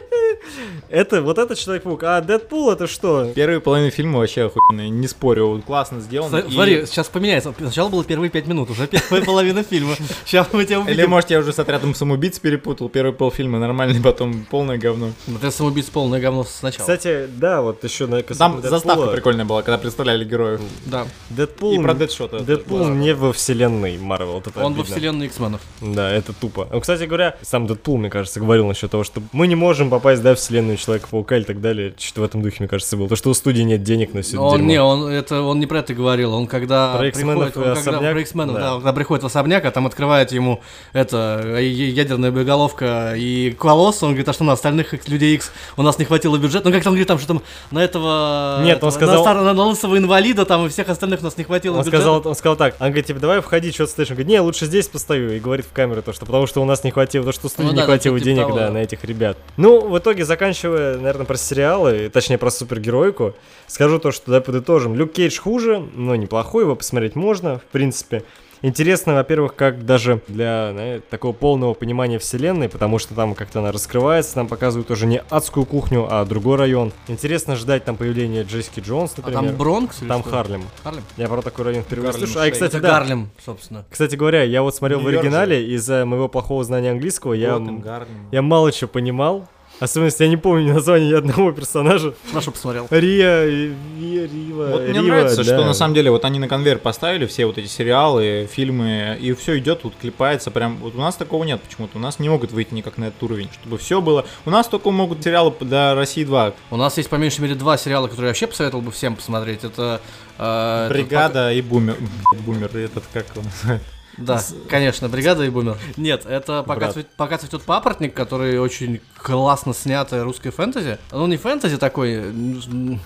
Так, Это, вот это Человек-паук. А Дэдпул это что? Первые половины фильма вообще охуенные, не спорю, вот классно сделано. Смотри, и- Смотри, сейчас поменяется. Сначала было первые пять минут, уже первая половина фильма. Сейчас мы тебя Или, увидим. может, я уже с отрядом самоубийц перепутал, первый полфильма нормальный, потом полное говно. Ну, Ты самоубийц полное говно сначала. Кстати, да, вот еще на Там касательно заставка Дэдпула. прикольная была, когда представляли героев. Да. Дэдпул. И про Дэдшота. Дэдпул не во вселенной Марвел. вот это Он во обидно. вселенной X-менов. Да, это тупо. Ну, кстати говоря, сам Дэдпул, мне кажется, говорил насчет того, что мы не можем попасть, да, в вселенную Человека-паука и так далее. Что-то в этом духе, мне кажется, было. То, что у студии нет денег на все это Он дерьмо. не, он это он не про это говорил. Он когда Про X-менов приходит, и он когда особняк, про X-менов, да. да, он когда приходит в особняк, а там открывает ему это э, е- ядерная боеголовка и колосс, он говорит, а что на остальных X- людей X у нас не хватило бюджета. Ну как там говорит, там что там на этого Нет, он этого, сказал- на, стар- на лысого инвалида там и всех остальных у нас не хватило Он бюджета. сказал, он сказал так, он говорит, типа, давай входи, что ты стоишь? Он говорит, не, лучше здесь постою. И говорит в камеру то, что потому что у нас не хватило, то, что студии Ну не да, да, хватило типа денег, того, да, да. на этих ребят. Ну, в итоге, заканчивая, наверное, про сериалы, точнее, про супергеройку, скажу то, что, да, подытожим. Люк Кейдж хуже, но неплохой, его посмотреть можно, в принципе. Интересно, во-первых, как даже для знаете, такого полного понимания вселенной, потому что там как-то она раскрывается, нам показывают уже не адскую кухню, а другой район. Интересно ждать там появления Джессики Джонс, А например. там Бронкс или Там что? Харлем. Харлем? Я про такой район впервые Гарлем слышу. А, и, Шейк. кстати, Это да. Гарлем, собственно. Кстати говоря, я вот смотрел в Нью-Йорк же. оригинале, из-за моего плохого знания английского я, Готэм, Гарлем. я мало чего понимал. Особенно, если я не помню название ни одного персонажа. Хорошо посмотрел. Риа, и- Ви- Рива, Вот мне Рива, нравится, да. что на самом деле вот они на конвейер поставили все вот эти сериалы, фильмы, и все идет, вот клепается прям. Вот у нас такого нет почему-то. У нас не могут выйти никак на этот уровень, чтобы все было. У нас только могут сериалы до России 2. У нас есть по меньшей мере два сериала, которые я вообще посоветовал бы всем посмотреть. Это... э, этот Бригада и бумер. Бумер, этот как он называется? Да, конечно, бригада и бумер. Нет, это пока, Брат. цвет- пока цветет папоротник, который очень классно снятое русское фэнтези. Ну, не фэнтези такой, м,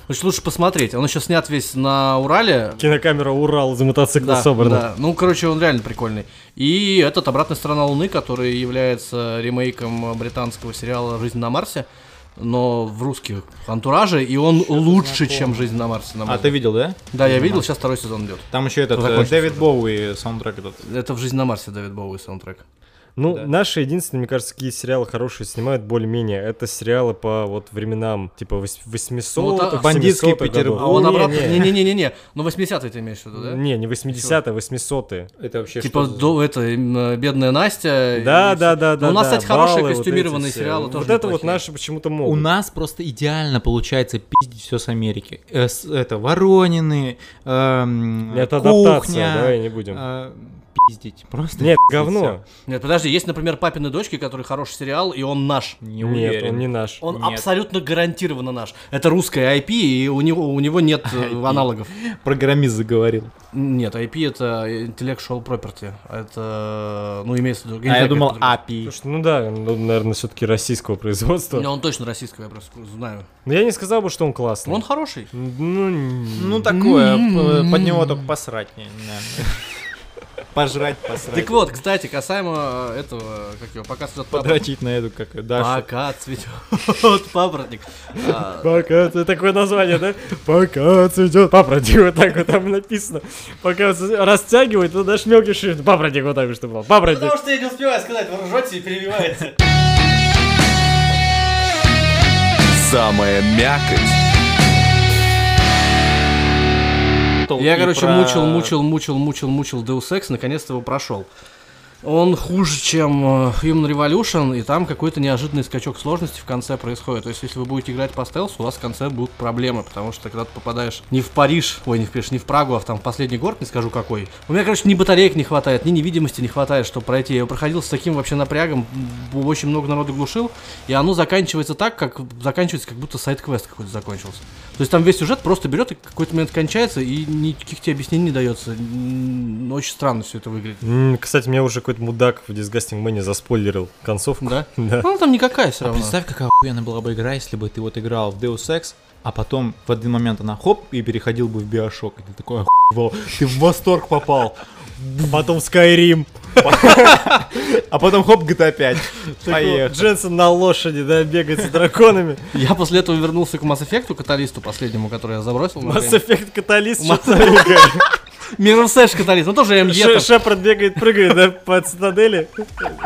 значит, лучше посмотреть. Он еще снят весь на Урале. Кинокамера Урал за мотоцикл Да, собрана. да. Ну, короче, он реально прикольный. И этот «Обратная сторона Луны», который является ремейком британского сериала «Жизнь на Марсе», но в русских антураже, и он лучше, чем «Жизнь на Марсе», на мой А ты взгляд. видел, да? Да, я видел, сейчас второй сезон идет. Там еще этот Ну, э, закончился Дэвид Боуи саундтрек этот. Это в «Жизнь на Марсе» Дэвид Боуи саундтрек. Ну, наши единственные, мне кажется, какие сериалы хорошие снимают более-менее, это сериалы по вот временам, типа вось- 800-х, Ну, та- Бандитский 700-х Петербург. годов. А он Не, обратно... не, не, Не-не-не-не, ну 80-е ты имеешь в виду, да? не, не 80-е, 800-е. Это вообще Типа до это м, э, бедная Настя. и Да, всё. да, да, Ну, да. У нас, да, кстати, хорошие баллы, вот эти костюмированные все. сериалы тоже. Вот это вот неплохие. наши почему-то У могут. нас просто идеально получается пиздить все с Америки. Э, с- Это Воронины, эм, Это кухня. адаптация, давай не будем. э, Пиздить, просто. Нет, пиздить говно. Нет, подожди, есть, например, папины дочки, который хороший сериал, и он наш. всё. Не Нет, он уверен. не наш. Он Нет. абсолютно гарантированно наш. Это русская IP, и у него, у него нет э, аналогов. Программист заговорил. Нет, IP это intellectual property. Это, ну, имеется в виду... не А знаю, как я думал по-другому. API. Слушай, ну да, ну, наверное, все-таки российского производства. Не, он точно российского, я просто знаю. Но я не сказал бы, что он классный. Он хороший. Ну, н- Ну такое, п- под него только посрать. не- не надо. Пожрать, посрать. Так вот, кстати, касаемо э, этого, как его, пока цветет папоротник. Подрочить на эту, как ее, Дашу. Пока цветет папоротник. А, Пока ц- такое название, да? Пока цветет. Папоротник, вот так вот там написано. Пока ц- растягивает, то даже мелкий шрифт. Папоротник вот так вот, чтобы было. Папоротник. что я не успеваю сказать, вы ржете и перебиваете. Самая мякоть. Я, И короче, про- мучил, мучил, мучил, мучил, мучил Deus Ex, наконец-то его прошел. Он хуже, чем э, Human Revolution, и там какой-то неожиданный скачок сложности в конце происходит. То есть, если вы будете играть по стелсу, у вас в конце будут проблемы, потому что когда ты попадаешь не в Париж, ой, не в Париж, не в Прагу, а в там в последний город, не скажу какой. У меня, короче, ни батареек не хватает, ни невидимости не хватает, чтобы пройти. Я его проходил с таким вообще напрягом, б- очень много народу глушил, и оно заканчивается так, как заканчивается, как будто сайт-квест какой-то закончился. То есть там весь сюжет просто берет и какой-то момент кончается, и никаких тебе объяснений не дается. М, Очень странно все это выглядит. М, Кстати, меня уже какой-то мудак в Disgusting Man заспойлерил концовку. Да? Да. Ну, она там никакая все равно. Представь, какая охуенная была бы игра, если бы ты вот играл в Deus Ex, а потом в один момент она хоп и переходил бы в Биошок. И ты такой охуевал, ты в восторг попал. Потом Skyrim. А потом хоп, GTA 5. Так вот, Поехали. Дженсен на лошади, да, бегает с драконами. Я после этого вернулся к Mass Effect, каталисту последнему, который я забросил. на Mass время. Effect каталист. Mass- Mirror's Edge каталист, ну тоже MG. Ше- там. Шепард бегает, прыгает, да, по цитадели.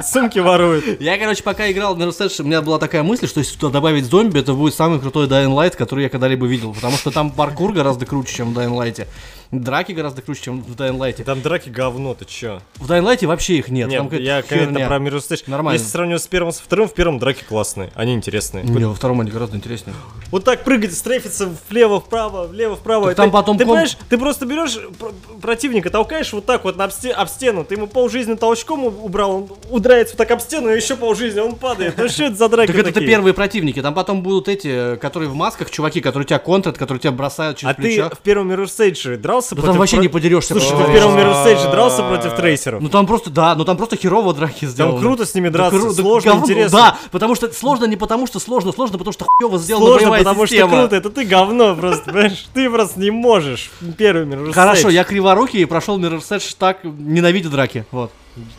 Сумки ворует. Я, короче, пока играл в Mirror's Edge, у меня была такая мысль, что если туда добавить зомби, это будет самый крутой Dying Light, который я когда-либо видел. Потому что там паркур гораздо круче, чем в Dying Light. Драки гораздо круче, чем в Dying Light. Там драки говно, ты чё? В Dying Light вообще их нет. там Нет, какая-то я херня. конечно про Mirror's Edge. Нормально. Если сравнивать с первым, со вторым, в первом драки классные, они интересные. Не, во втором они гораздо интереснее. Вот так прыгать, стрейфиться влево, вправо, влево, вправо. Так Это- там потом ты ком- понимаешь, ты просто берешь пр- противника, толкаешь вот так вот на об, сте- об стену, ты ему полжизни толчком у- убрал, он удрается вот так об стену, и еще полжизни, он падает. Ну что это за драки Так это, такие? первые противники. Там потом будут эти, э, которые в масках, чуваки, которые тебя контрят, которые тебя бросают через А плечо. ты в первом Mirror's Edge дрался Да против... там вообще про- не подерешься. Слушай, ты просто. в первом Mirror's Edge дрался против трейсеров? Ну там просто, да, ну там просто херово драки сделаны. круто с ними Да драться, кру- да сложно, говно- интересно. Да, потому что сложно не потому, что сложно, сложно, потому что хуево сделана Сложно, ну, боевая потому система. что круто, это ты говно просто, понимаешь? Ты просто не можешь. Первый Mirror's Хорошо, Edge. я криворукий и прошел Mirror's Edge так, ненавидя драки, вот.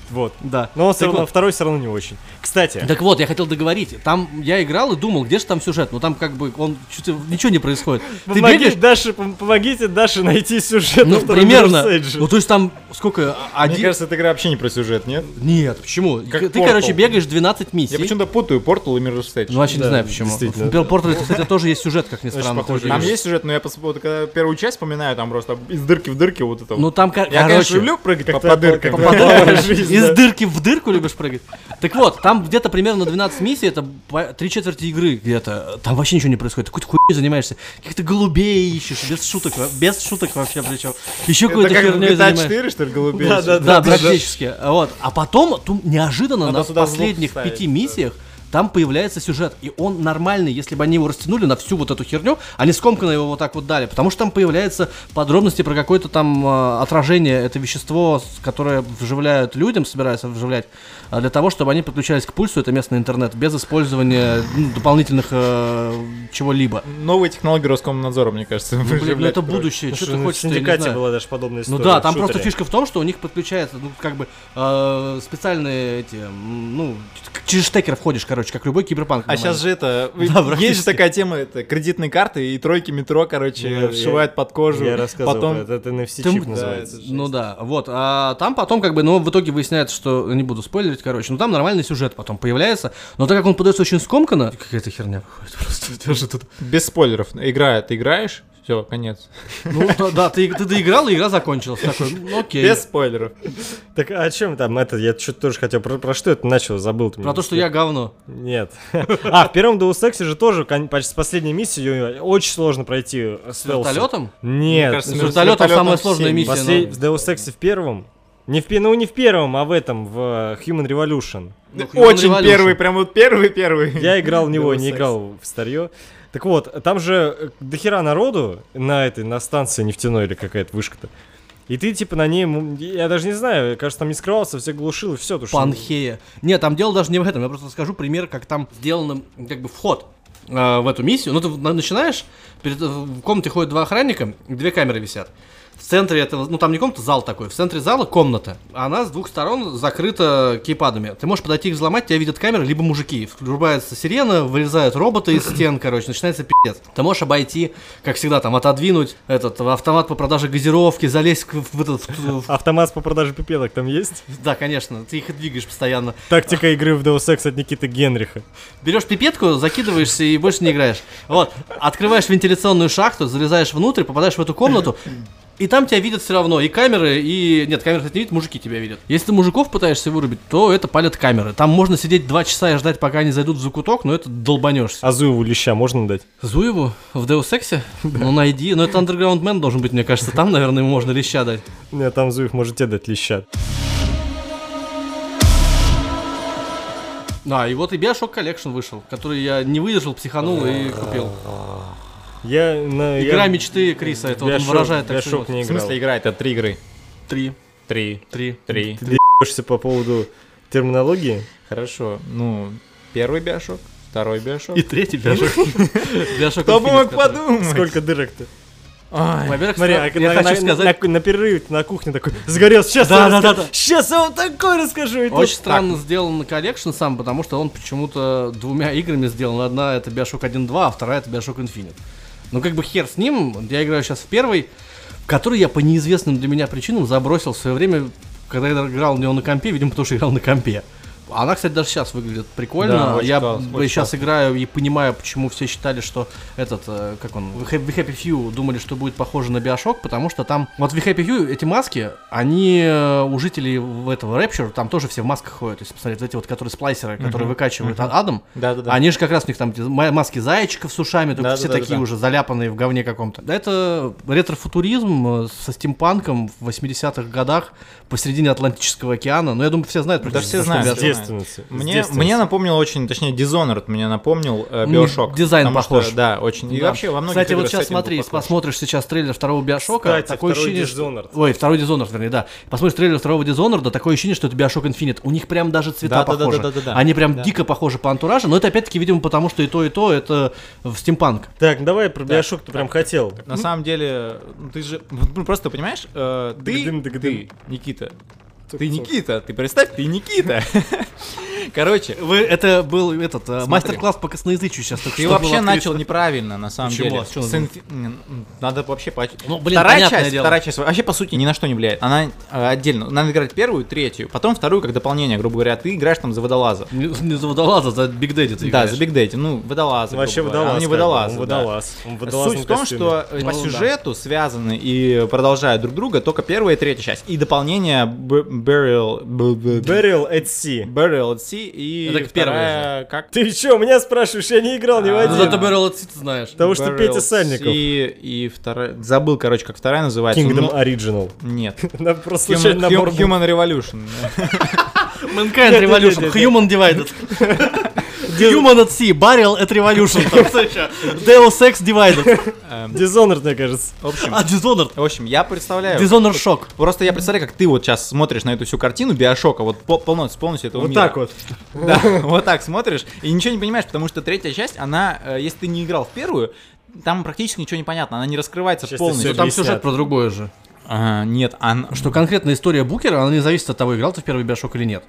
Вот. Да. Но он всё Так равно- вот. второй все равно не очень. Кстати, Так вот, я хотел договорить. Там я играл и думал, где же там сюжет? Ну там как бы он чуть- ничего не происходит. Ты помоги- бегаешь, Даше, пом- помогите Даше найти сюжет во ну втором примерно. Mirror's Edge. Ну то есть там сколько? Мне Один. кажется, эта игра вообще не про сюжет, нет? Нет, почему? Как Ты, Portal. короче, бегаешь 12 миссий. Я почему-то путаю Portal и Mirror's Edge. Ну, вообще не Да, знаю почему. В действительно. Белл Портале, кстати, тоже есть сюжет, как ни странно. похоже. тоже Там есть. есть сюжет, но я пос- вот когда первую часть вспоминаю, там просто из дырки в дырки вот это Ну вот. там, кор- Я, конечно, короче, люблю прыгать по, Как-то по дыркам. попадалась жизнь, из да. дырки в дырку любишь прыгать. Так вот, там где-то примерно 12 миссий, это по- три четверти игры где-то. Там вообще ничего не происходит. Какой-то хуйней занимаешься. Каких-то голубей ищешь, без шуток, во- без шуток вообще причем. Еще Это какой-то как в херней GTA занимаешься. 4, что ли, голубей? Да, да, Да, практически. Вот. А потом, ту- неожиданно, Надо на сюда звук последних вставить, пяти да. миссиях там появляется сюжет, и он нормальный, если бы они его растянули на всю вот эту херню, они скомканно его вот так вот дали, потому что там появляются подробности про какое-то там э, отражение, это вещество, с- которое вживляют людям, собираются вживлять, а для того, чтобы они подключались к пульсу, это местный интернет, без использования ну, дополнительных э, чего-либо. Новые технологии Роскомнадзора, мне кажется. Ну, блин, ну выживляют это кровь. будущее, что Слушай, ты ну, хочешь, в я не синдикате знаю. была даже подобная история. Ну да, там в шутере. просто фишка в том, что у них подключается, ну, как бы, э, специальные эти, м, ну, к- через штекер входишь, короче, как любой киберпанк. А сейчас же это, Да, есть же практически. такая тема, это кредитные карты и тройки метро, Я- я- короче, сшивают под кожу. Я рассказывал Потом про это, это NFC Ты- чип да, называется. Ну да, вот. А там потом, как бы, ну, в итоге выясняется, что не буду спойлерить, короче, ну там нормальный сюжет потом появляется. Но так как он подается очень скомканно, какая-то херня выходит просто. Даже тут. Без спойлеров. Игра, ты играешь, все, конец. Ну то- да, ты, ты доиграл, и игра закончилась. Такой, ну, окей. Без спойлеров. Так а о чем там это? Я что-то тоже хотел. Про, про что это начал? Забыл. ты Про мне. то, что я говно. Нет. А, в первом Deus Ex'е же тоже кон- почти последняя миссия, её очень сложно пройти э, С стелсом. вертолетом? Нет. С кажется, С вертолетом вертолетом самая все сложная миссия. После- но- в Deus Ex'е в первом? Не в, пе- ну не в первом, а в этом, в э, Human Revolution. Ну, Human Очень Revolution. первый, прям вот первый-первый. Я играл в него, Deus не Ex. играл в старье. Так вот, там же э, дохера народу на этой, на станции нефтяной или какая-то вышка-то. И ты типа на ней, м, я даже не знаю, кажется, там не скрывался, все глушил и все. Панхея. Нет, там дело даже не в этом. Я просто расскажу пример, как там сделан как бы вход э, в эту миссию. Ну, ты на- начинаешь, перед, э, в комнате ходят два охранника, две камеры висят. В центре этого, ну там не комната, зал такой. В центре зала комната. а Она с двух сторон закрыта кейпадами. Ты можешь подойти их взломать, тебя видят камеры, либо мужики. Врубается сирена, вылезают роботы из стен, короче, начинается пиздец. Ты можешь обойти, как всегда, там отодвинуть этот автомат по продаже газировки, залезть к- в этот... в- в- Автомат по продаже пипелок там есть? Да, конечно, ты их двигаешь постоянно. Тактика игры в Deus Ex от Никиты Генриха. Берешь пипетку, закидываешься и больше не играешь. Вот. Открываешь вентиляционную шахту, залезаешь внутрь, попадаешь в эту комнату. И там тебя видят все равно, и камеры, и... Нет, камеры, кстати, не видят, мужики тебя видят. Если ты мужиков пытаешься вырубить, то это палят камеры. Там можно сидеть два часа и ждать, пока они зайдут в закуток, но это долбанешься. А Зуеву леща можно дать? Зуеву в Deus Ex? Ну, найди. Но это Underground Man должен быть, мне кажется. Там, наверное, ему можно леща дать. Нет, Э, там Зуев может тебе дать леща. А, и вот и Bioshock Collection вышел, который я не выдержал, психанул и купил. Я на... Игра я... мечты Криса, это вот он Bioshock- выражает так Bioshock серьезно. не В играл. смысле игра? Это три игры. Три. Три. Три. Три. Ебёшься по поводу терминологии? Хорошо. Ну, первый биошок, второй биошок. И третий Биошок. Биошок Кто бы мог Инфинит, который- подумать? Сколько дырок-то? Ай. Во-первых, Смотри, стра- а я на, хочу на- сказать, на- на перерыве на кухне такой, сгорел, сейчас Да, я да, расскажу, да, да. сейчас я вам такое расскажу. и тут- очень странно сделан коллекшн сам, потому что он почему-то двумя играми сделан. Одна это Bioshock 1.2, а вторая это Bioshock Infinite. Ну как бы хер с ним, я играю сейчас в первый, в который я по неизвестным для меня причинам забросил в свое время, когда я играл в него на компе, видимо, потому что играл на компе. Она, кстати, даже сейчас выглядит Да, прикольно. очень я классно, очень сейчас играю и понимаю, почему все считали, что этот, э, как он, в Happy, в Happy Few думали, что будет похоже на Bioshock, потому что там, вот в Happy Few эти маски, они э, у жителей в- этого Rapture, там тоже все в масках ходят. То есть, посмотрите, вот эти вот, которые сплайсеры, которые выкачивают а- адом, Да-да-да. они же как раз у них там эти ма- маски зайчиков с ушами, только Да, все да, да, такие да. уже заляпанные в говне каком-то. Да, Это ретро-футуризм э, со стимпанком в 80-х годах посередине Атлантического океана. Но я думаю, все знают. Да практически, все что знают. Bioshock. все знают. Девственницы, Мне, девственницы. мне напомнил очень, точнее, Dishonored мне напомнил э, Мне Bioshock. дизайн потому что, похож. да, очень. И Ну Да. вообще во многих Кстати, вот играх сейчас сеттинг был смотри, похож. посмотришь сейчас трейлер второго Биошока, Кстати, такое второй ощущение, что- Dishonored. Ой, второй Dishonored, вернее, да. Посмотришь трейлер второго Dishonored, такое ощущение, что это Биошок Infinite. У них прям даже цвета Да-да-да-да-да-да. похожи. Они прям дико похожи по антуражу, но это опять-таки, видимо, потому что и то, и то это в стимпанк. Так, ну давай про Биошок ты прям хотел. На самом деле, ну, ты же, ну, просто понимаешь, э, ты, Дыгдым, дыгдым. ты, Никита, Ты Никита, ты представь, ты Никита. Короче, Вы, это был этот э, Смотри. мастер-класс по косноязычию сейчас только ты что был вообще открыт. начал неправильно, на самом Почему? А деле. Чё С он- инфи- м, м, Надо вообще по... Ну, блин, вторая понятное часть, дело. вторая часть вообще по сути ни на что не влияет. Она э, отдельно. Надо играть первую, третью, потом вторую как дополнение, грубо говоря. А Ты играешь там за водолаза. Не, не за водолаза, за Биг Дэдди ты Да, играешь. за Биг Дэдди, ну, водолаза. грубо Вообще говоря. водолаз. А, Он не как бы, водолаз. Он да. водолаз. Он водолаз Суть на в том, костюме. что э, Ну по да. сюжету связаны и продолжают друг друга только первая и третья часть. И дополнение Б- Burial... Б- Б- Burial at Sea. Burial at Sea и Это как вторая... Как? Ты чё, меня спрашиваешь? Я не А, играл ни в Ну, один. зато Бэрил Отси ты знаешь. Потому что Burial Петя at Сальников. Sea И вторая... Забыл, короче, как вторая называется. Kingdom но- Original. Нет. Надо просто ну, Human, случайно набор Human- Human Revolution. Mankind Revolution, Human Divided. Human at Sea, Barrel at Revolution. там всё ща. Deus Ex Divided. был. Dishonored, мне кажется. В общем, А, Dishonored. в общем, я представляю... Dishonored Shock. Просто я представляю, как ты вот сейчас смотришь на эту всю картину Биошока, вот пол- полностью, полностью этого Вот мира. так вот. Да, вот так смотришь и ничего не понимаешь, потому что третья часть, она, э, если ты не играл в первую, там практически ничего не понятно, она не раскрывается Сейчас ты полностью. всё Там Объяснят. сюжет про другое же. А, нет, она Что конкретно история Букера, она не зависит от того, играл ты в первый Биошок или нет.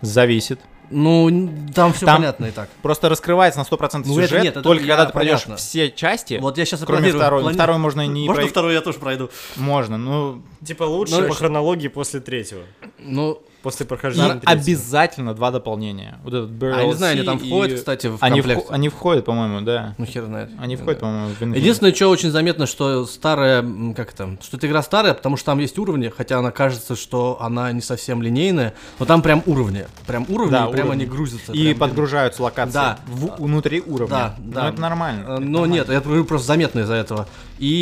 зависит. Ну, н- там все Там- понятно и так. Просто раскрывается на 100% Ну, это сюжет, нет, это только я- когда ты пройдешь понятно. все части, Вот я сейчас и кроме планирую. второй. Ну, плани- Второй можно и не Можно пройти. вторую я тоже пройду? Можно, ну, Типа лучше Ну, по ш- хронологии после третьего. Ну, После и прохождения третьего. обязательно два дополнения. Вот этот Burial а я не знаю, они Sea там и- входят, кстати, в Они, комплект. вхо- они входят, по-моему, да. Ну, хер знает. Они входят, по-моему, в Infinity. Единственное, что очень заметно, что старая, м, как это, что эта игра старая, потому что там есть уровни, хотя она кажется, что она не совсем линейная, но там прям уровни, прям уровни, Да, и прям уровни. они грузятся. И прям, подгружаются локации Да. в- внутри уровня. Да, да. Ну, это нормально. э, это Но нормально. нет, я говорю, просто заметно из-за этого.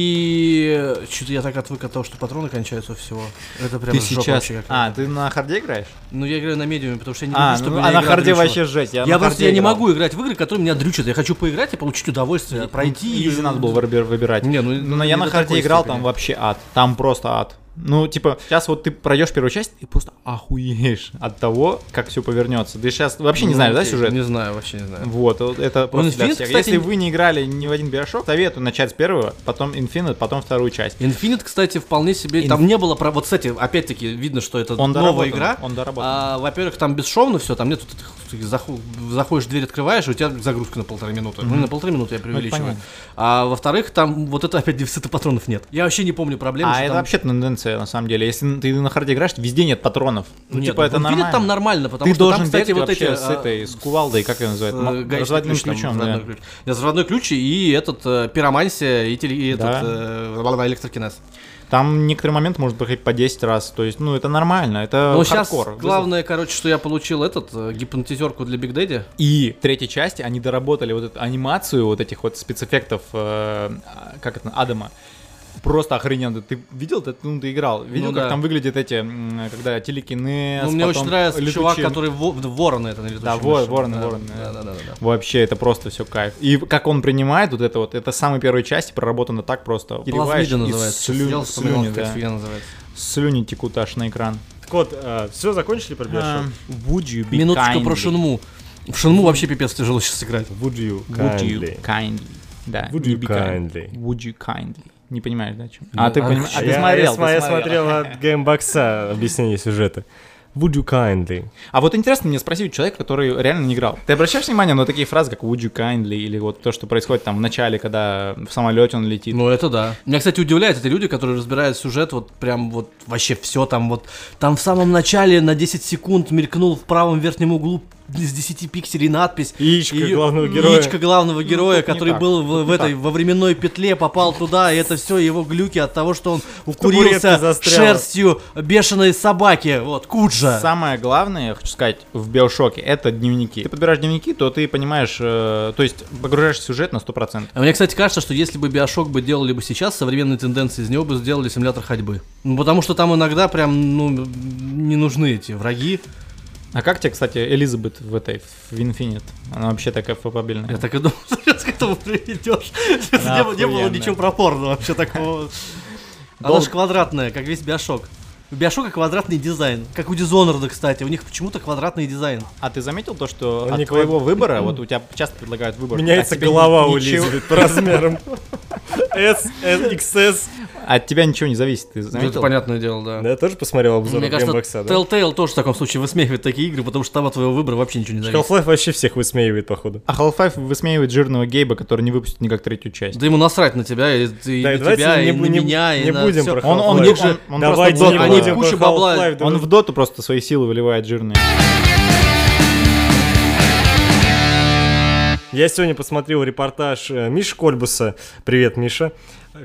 И что-то я так отвык от того, что патроны кончаются у всего. Это прям Ты жопа сейчас... вообще какая-то. А, ты на харде играешь? Ну я играю на медиуме, потому что я не люблю, А, ну, чтобы а меня на игра харде дрючила. вообще жесть. Я, Я, на просто харде я не играл. могу играть в игры, которые меня дрючат. Я хочу поиграть и получить удовольствие, пройти. Изи надо было выбир- выбирать. Не, ну, Но ну, я не на до харде такой играл, степени. там вообще ад. Там просто ад. Ну, типа, сейчас вот ты пройдешь первую часть и просто охуеешь от того, как все повернется. Ты сейчас вообще не знаешь, да, сюжет? Ну, Не знаю, вообще не знаю. Вот, вот это просто для Infinite, всех. кстати, Если не- вы не играли ни в один Биошок, советую начать с первого, потом Infinite, потом вторую часть. Infinite, кстати, вполне себе. Там не было про. Вот, кстати, опять-таки видно, что это Он новая доработан, игра. он доработан. А, во-первых, там бесшовно все, там нет. вот этих- ты заху- заходишь, дверь открываешь, и у тебя загрузка на полторы минуты. Ну, не на полторы минуты я преувеличиваю. понятно. а во-вторых, там вот это опять дефицита патронов нет. Я вообще не помню проблемы. А что это там- вообще тенденция, на самом деле. Если ты на харде играешь, везде нет патронов. Ну, Нет, типа, это Infinite нормально. там нормально, потому ты что должен там, кстати, бегать вот эти. вообще с а, этой, с кувалдой, как ее называют? М- э, гаечный разводным ключ, там, ключом, да. разводной ключ. Да, разводной ключ и этот э, пиромансия и, теле- и этот Да. э, ла-ла-ла, электрокинез. Там некоторые моменты может проходить по 10 раз. То есть, ну, это нормально. Это Ну, сейчас хардкор. главное, короче, что я получил этот э, гипнотизерку для Биг Дэдди. И в третьей части они доработали вот эту анимацию вот этих вот спецэффектов, э, а, как это, Адама. Просто охрененно. Ты видел, ты, ну, ты играл. Видел, Ну как да. там выглядят эти, м, когда телекинез, Ну, мне потом очень нравится летучие чувак, который во, ворона это на Да, вор- вороны, вороны, Да, да, да, да, да. Вообще, это просто все кайф. И как он принимает вот это вот, это с самой первой части проработано так просто. Переваешь, Плазмида и называется. слю- Сидел, вспоминал, слюни, как да. фигня называется. слюни текут аж на экран. Так вот, все, А. закончили про Bioshock? Would you be Минуточка kindly? про Шинму. В Шинму вообще пипец тяжело сейчас играть. Would you Would you kindly? kindly? Да. Would you be kind. kindly? Ну, Would you kindly? Не понимаешь, да, о чем? А ты а понимаешь? чё? А Я- ты смотрел? я, сма- я ты смотрел. смотрел от геймбокса объяснение сюжета. Would you kindly? А вот интересно мне спросить у человека, который реально не играл. Ты обращаешь внимание на такие фразы, как would you kindly, или вот то, что происходит там в начале, когда в самолете он летит? Ну это да. Меня, кстати, удивляет, это люди, которые разбирают сюжет вот прям вот вообще все там вот. Там в самом начале на 10 секунд мелькнул в правом верхнем углу из 10 пикселей надпись. Яичко И- главного героя. Яичко главного героя, тут не который Ну, так, был тут в, не в этой во временной петле, попал туда, и это все его глюки от того, что он табуретке укурился застряло. шерстью бешеной собаки. Вот, Куджа. Самое главное, я хочу сказать, в Биошоке это дневники. Ты подбираешь дневники, то ты понимаешь, э, то есть погружаешь сюжет на 100%. А Мне, кстати, кажется, что если бы Биошок бы делали бы сейчас, современные тенденции, из него бы сделали симулятор ходьбы. Ну, потому что там иногда прям, ну, не нужны эти враги. А как тебе, кстати, Элизабет в этой, в Infinite? Она вообще такая фопабельная. Я так и думал, что сейчас к этому приведешь. Не, было- не было охуенная. ничего про порно вообще такого. Она Долго. же квадратная, как весь Биошок. У Биошока квадратный дизайн. Как у Дизонорда, кстати. У них почему-то квадратный дизайн. А ты заметил то, что Ну, от не твоего выбора, вот у тебя часто предлагают выбор. а Меняется тебе голова у ничего- Лизбет по размерам. S, S, XS. От тебя ничего не зависит, ты Ну, Это заметил? понятное дело, да. Да, я тоже посмотрел обзор Мне кажется, Геймбокса, да. Telltale тоже в таком случае высмеивает такие игры, потому что там от твоего выбора вообще ничего не зависит. Half-Life вообще всех высмеивает, походу. А Half-Life высмеивает жирного Гейба, который не выпустит никак третью часть. Да ему насрать на тебя, и, и Да, и на тебя, давайте и не, на не- меня, и не на будем всё. про Он- он Half-Life. не- он- он Давайте просто не доту- будем они про кучу бабла- Half-Life, да Он вы- в доту просто свои силы выливает жирные. Я сегодня посмотрел репортаж э, Миши Кольбуса. Привет, Миша.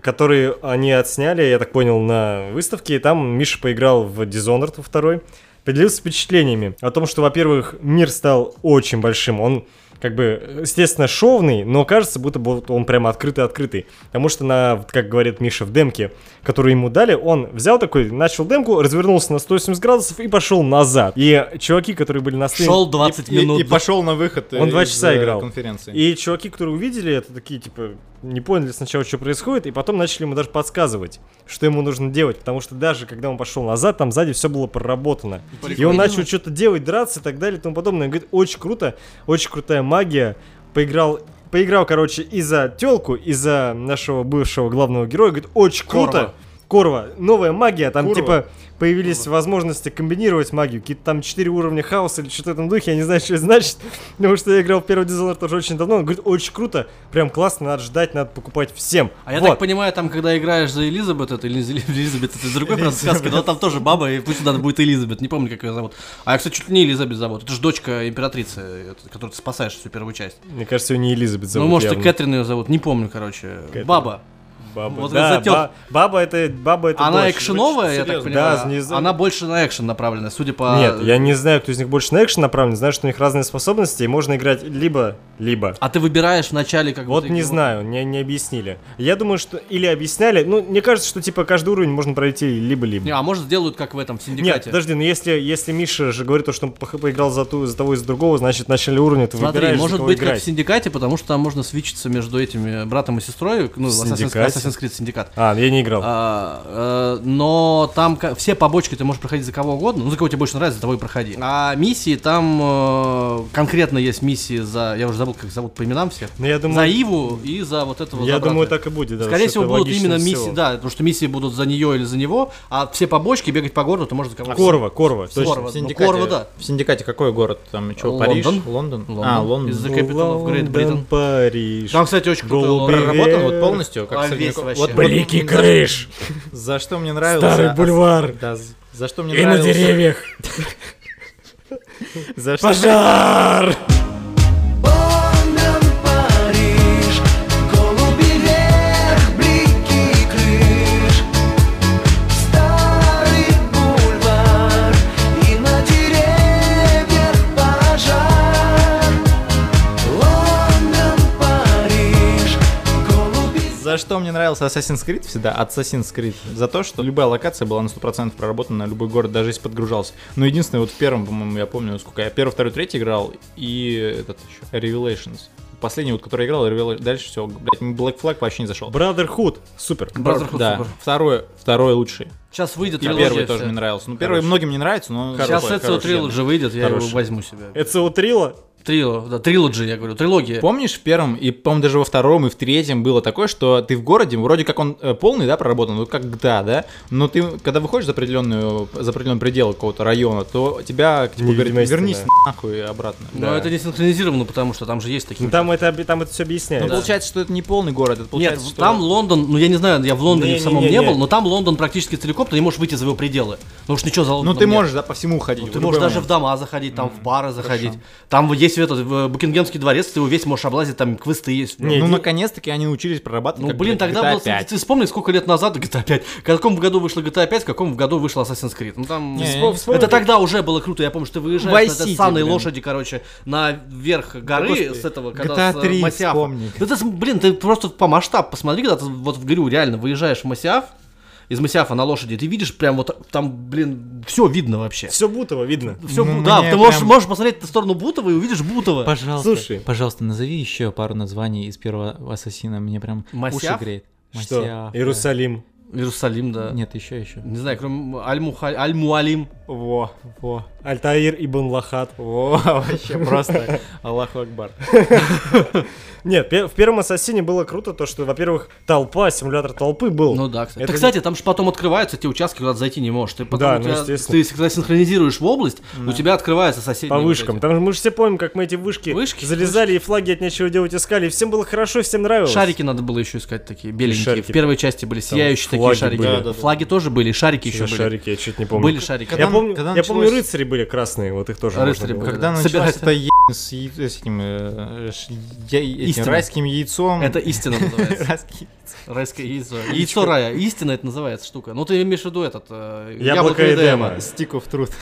Который они отсняли, я так понял, на выставке. И там Миша поиграл в Dishonored во второй. Поделился впечатлениями о том, что, во-первых, мир стал очень большим. Он как бы, естественно, шовный, но кажется, будто бы вот он прямо открытый-открытый. Потому что, на, вот как говорит Миша, в демке, которую ему дали, он взял такой, начал демку, развернулся на 180 градусов и пошел назад. И чуваки, которые были на стриме... Шел 20 минут. И, пошел на выход. э, Он два из, часа э, играл. Конференции. И чуваки, которые увидели это, такие, типа, не поняли сначала, что происходит, и потом начали ему даже подсказывать, что ему нужно делать, потому что даже когда он пошел назад, там сзади все было проработано. И он начал что-то делать, драться и так далее и тому подобное. Говорит, очень круто, очень крутая магия. Поиграл Поиграл, короче, и за телку, и за нашего бывшего главного героя. Говорит, очень круто. Корва, новая магия, там типа появились возможности комбинировать магию. Какие-то там четыре уровня хаоса или что-то в этом духе, я не знаю, что это значит. Потому что я играл в первый Dishonored тоже очень давно. Он говорит, очень круто, прям классно, надо ждать, надо покупать всем. А я Вот. так понимаю, там, когда играешь за Элизабет, это или за Эли- Элизабет, это из другой подсказки, но там тоже баба, и пусть надо будет Элизабет, не помню, как ее зовут. А я, кстати, чуть ли не Элизабет зовут, это же дочка императрицы, это- которую ты спасаешь всю первую часть. Мне кажется, ее не Элизабет зовут. ну, может, и явно. Кэтрин ее зовут, не помню, короче. Баба. Баба. вот да, за тёлку. ба- баба это баба это. Она дочь. экшеновая, я так серьёзно? понимаю. Да, не за- Она больше на экшен направлена, судя по... Нет, я не знаю, кто из них больше на экшен направлен. Знаю, что у них разные способности, и можно играть либо, либо. А ты выбираешь в начале как бы Вот ты- не знаю, не, не объяснили. Я думаю, что или объясняли, ну, мне кажется, что типа каждый уровень можно пройти Не, либо-либо. а может сделают как в этом, в Нет, синдикате? подожди, но если, если Миша же говорит, то, что он пох- поиграл за, ту, за того и за другого, значит, в начале уровня ты Смотри, выбираешь, за может кого быть как играть. в синдикате, потому что там можно свичиться между этими братом и сестрой, ну, В Assassin's Creed- «Синдикате»? Assassin's Creed синдикат. А, я не играл. А, э, но там ка- все побочки ты можешь проходить за кого угодно, ну за кого тебе больше нравится, за того и проходи. А миссии там э, конкретно есть миссии за, я уже забыл, как зовут по именам всех. Но Ну, я За думаю, Иву и за вот этого. я за брата. думаю, так и будет. да, Скорее что всего, это будут логично именно миссии, всего. да, потому что миссии будут за нее или за него, а все побочки бегать по городу ты можешь за кого угодно. А Корва, корва. точно. Корва, В ну, синдикате, Корва, да. в синдикате какой город? Там что, Париж? Лондон. Лондон? Лондон. А, Лондон. Из-за Capital of Great Лондон, Britain. Париж. Там, кстати, очень крутой Голуби. лор. Проработан вот полностью, как А, средневек- весь вообще. Вот Блин. Великий крыш! За что мне нравился... Старый бульвар. Да, з- за что мне нравился... деревьях. За что... Пожар! Лондон, Париж, голуби вверх, блики крыш, старый бульвар и на деревьях пожар. Лондон, Париж, голуби За что мне нравился Assassin's Creed всегда? От Assassin's Creed. За то, что любая локация была на 100% проработана, любой город, даже если подгружался. Но единственное, вот в первом, по-моему, я помню, сколько я первый, второй, третий играл, и этот еще, Revelations. Последний, вот, который я играл, Revela- дальше все, блядь, Black Flag вообще не зашел. Brotherhood. Супер. Brotherhood да, супер. второй, второй лучший. Сейчас выйдет И трилогия первый тоже вся. мне нравился. Ну, первый многим не нравится, но... Сейчас хороший, Эцио хороший. Трилоджи выйдет, я его Хороший. возьму себе. Это у Трила? Трило, да, трилоджи, я говорю, трилогия. Помнишь в первом, и, по-моему, даже во втором, и в третьем было такое, что ты в городе, вроде как он э, полный, да, проработан, вот как GTA, да, но ты, когда выходишь за, определенную, за определенный предел какого-то района, то тебя, типа, Невидимая говорят, вернись стена. нахуй обратно. Но да. это не синхронизировано, потому что там же есть такие. Ну, там это, обе- там это все объясняет. Ну, получается, что это не полный город, это Нет, получается, что... там Лондон, ну я не знаю, я в Лондоне Не, в самом не, не, не, не. был, но там Лондон практически целиком, ты не можешь выйти за его пределы. Ну уж ничего за Ну, Лондоном ты нет. Ну, можешь, да, по всему ходить. Ты можешь даже в дома заходить, там в бары заходить. Там вот есть этот э, Букингемский дворец, ты его весь можешь облазить, там квесты есть. Не, Ну, не- наконец-таки они научились прорабатывать, Ну, как, блин, блядь, тогда GTA было... Ты, 5. ты вспомни, сколько лет назад GTA 5. В каком году вышла GTA 5, в каком году вышла Assassin's Creed. Ну, там... Не, Вспом- я не вспомню. Это тогда уже было круто. Я помню, что ты выезжаешь Vice на этой City, саной блин. лошади, короче, наверх горы господи, с этого, GTA когда с, э, 3 Масиафа. вспомни. Да ты с- блин, ты просто по масштаб посмотри, когда ты вот в говорю, реально выезжаешь в Масиаф, из Масиафа на лошади, ты видишь прям вот там, блин, все видно вообще. Все Бутово видно. Все, Ну, да, мне ты можешь, прям- можешь посмотреть в сторону Бутова и увидишь Бутова. Пожалуйста, Слушай. пожалуйста, назови еще пару названий из первого Ассасина, мне прям Масяф? греет. Что? Масяф, да. Иерусалим. Иерусалим, да. Нет, еще, еще. Не знаю, кроме Аль-Муха- Аль-Муалим. Во, во. Альтаир ибн Лахат. Во, вообще просто Аллаху Акбар. Нет, пе- в первом Ассасине было круто то, что, во-первых, толпа, симулятор толпы был. Ну да, кстати. Это Так, кстати, там же потом открываются те участки, куда ты зайти не можешь. Ты потом Да, у ну, тебя- естественно. Ты когда синхронизируешь в область, у тебя открываются соседние. По вот вышкам. эти. Там же мы же все помним, как мы эти вышки, Вышки, залезали и флаги от нечего делать искали. И всем было хорошо, всем нравилось. Шарики надо было еще искать такие, беленькие. Шарики. В первой части были сияющие такие флаги шарики. были. Да, да, да. Флаги тоже были, и шарики Еще еще были. шарики, я чуть не помню. Были шарики. Я Когда- помню, когда я помню, началось- рыцари были красные, вот их тоже Рыцари можно было. были. Когда Да-да. началась Собирайся. эта е... с, я... с этим, э, ш- я- этим Истина. райским яйцом... Это истина называется. Райский- Райское яйцо. Яйцо рая. Истина это называется штука. Ну ты имеешь в виду этот... э, Яблоко Эдема. Stick of Truth.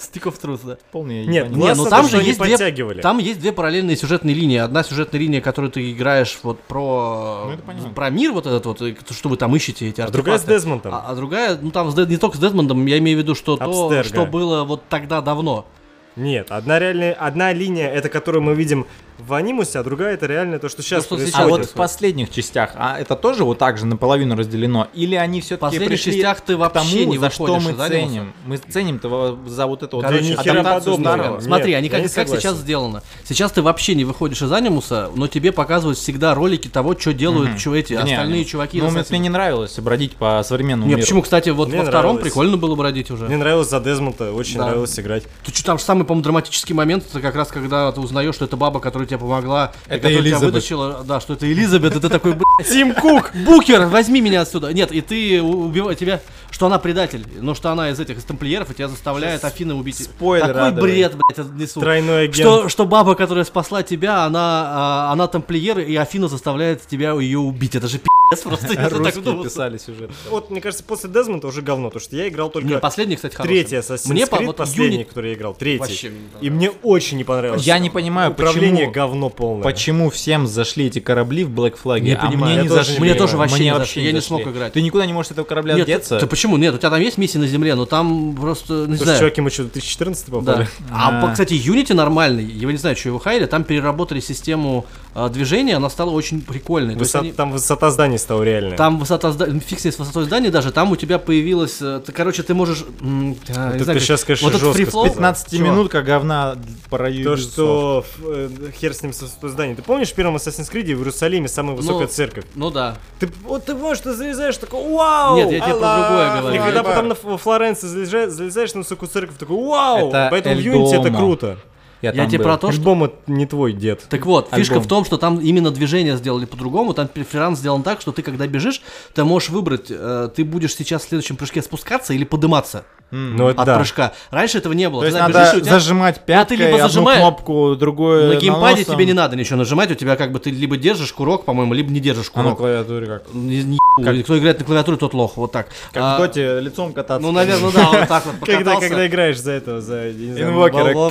Stick of Truth, да. Полный Нет, ебанина. Не, Классно ну то, там что же они есть подтягивали. две, там есть две параллельные сюжетные линии. Одна сюжетная линия, которую ты играешь вот про Ну, это понятно. про мир вот этот вот, и что вы там ищете эти А другая с артефакты. Дезмонтом. А, а другая, ну там с Дэ- не только с Дедмондом, я имею в виду, что то, Абстерго. что было вот тогда давно. Нет, одна реальная, одна линия, это которую мы видим в анимусе, а другая это реально то, что сейчас Ну, что происходит. А Ой, вот да. в последних частях, а это тоже вот так же наполовину разделено? Или они В все-таки последних пришли частях ты к вообще тому, не за что выходишь мы из анимуса. ценим? Мы ценим то за вот это вот Короче, ни хера адаптацию подобного. старого. Нет, Смотри, они я как, не как сейчас согласен. сделано. Сейчас ты вообще не выходишь из анимуса, но тебе показывают всегда ролики того, что делают чё эти Не, остальные чуваки. Ну, из мне Ассасина. не нравилось бродить по современному Не, миру. почему, кстати, вот Мне во втором нравилось. прикольно было бы родить уже. Мне нравилось за Дезмонта, очень Да. нравилось играть. Ты что, там же самый, по-моему, драматический момент, это как раз когда ты узнаешь, что это баба, которая тебе помогла, и Это которая тебя Элизабет. вытащила, да, что это Элизабет, и ты такой, блядь, Тим Кук! Букер, возьми меня отсюда. Нет, и ты убиваешь тебя, что она предатель, но что она из этих, из тамплиеров, и тебя заставляет Афина убить. спойлер Такой радовый. бред, блядь, отнесу. Тройной агент. Что, что баба, которая спасла тебя, она, а, она тамплиер, и Афина заставляет тебя ее убить. Это же пи***ц просто, если так Русские вдуматься. писали сюжет. Вот, мне кажется, после Дезмонта уже говно, потому что я играл только... Не, последний, кстати, хороший. Третий Assassin's Мне по- Creed, вот последний, Unity- который я играл, третий. Вообще мне не понравилось. и мне очень не понравилось. Я не понимаю, Управление почему... говно полное. Почему всем зашли эти корабли в Black Flag, Не а понимаю. мне Я не тоже- зашли? мне тоже вообще Мне не зашли, я не зашли. смог играть. Ты никуда не можешь с этого корабля Нет, деться? ты почему? Нет, у тебя там есть миссия на Земле, но там просто, не Потому что знаю. чуваки мы что, в 2014 попали? Да. А, по- кстати, Unity нормальный. Я не знаю, что его хайли. Там переработали систему э, движения, она стала очень прикольной. То есть Высо- они- Там высота зданий стала реальная. Там высота зда... фиг с ней с высотой здания даже, там у тебя появилось... э, Ты, короче, ты можешь... м, а, не знаю, это ты как- щас, конечно, вот этот жестко free flow, 15 Чувак. минут как говна пора То, Ubisoft. что ф- э, хер с ним со со зданием. Ты помнишь в первом Assassin's Creed в Иерусалиме самая высокая Ну, церковь? Ну да. Ты, вот ты можешь, ты залезаешь, такой, вау! Нет, я тебе про Аллах!» другое говорю. И когда Аллах. потом на, Ф- во Флоренции залезаешь, залезаешь на высокую церковь, такой, вау! Это Поэтому в Эль Unity это Дуомо. круто. Я там тебе был. про то, что... Альбом это не твой дед. Так вот, фишка Альбом. в том, что там именно движение сделали по-другому, там преферанс сделан так, что ты когда бежишь, ты можешь выбрать, э, ты будешь сейчас в следующем прыжке спускаться или подниматься Ну, это от да. прыжка. Раньше этого не было. То Ты есть когда надо бежишь, и у тебя- зажимать э, пяткой а либо одну зажимаешь- кнопку, другую На геймпаде наносом. тебе не надо ничего нажимать, у тебя как бы ты либо держишь курок, по-моему, либо не держишь А на курок. клавиатуре как? Не- не ебу. Кто играет на клавиатуре, тот лох, вот так. Как А, в доте лицом кататься. Ну, наверное, да, вот так вот Когда, покатался. когда играешь за этого, за, я не знаю, Инвокера, вол- вол-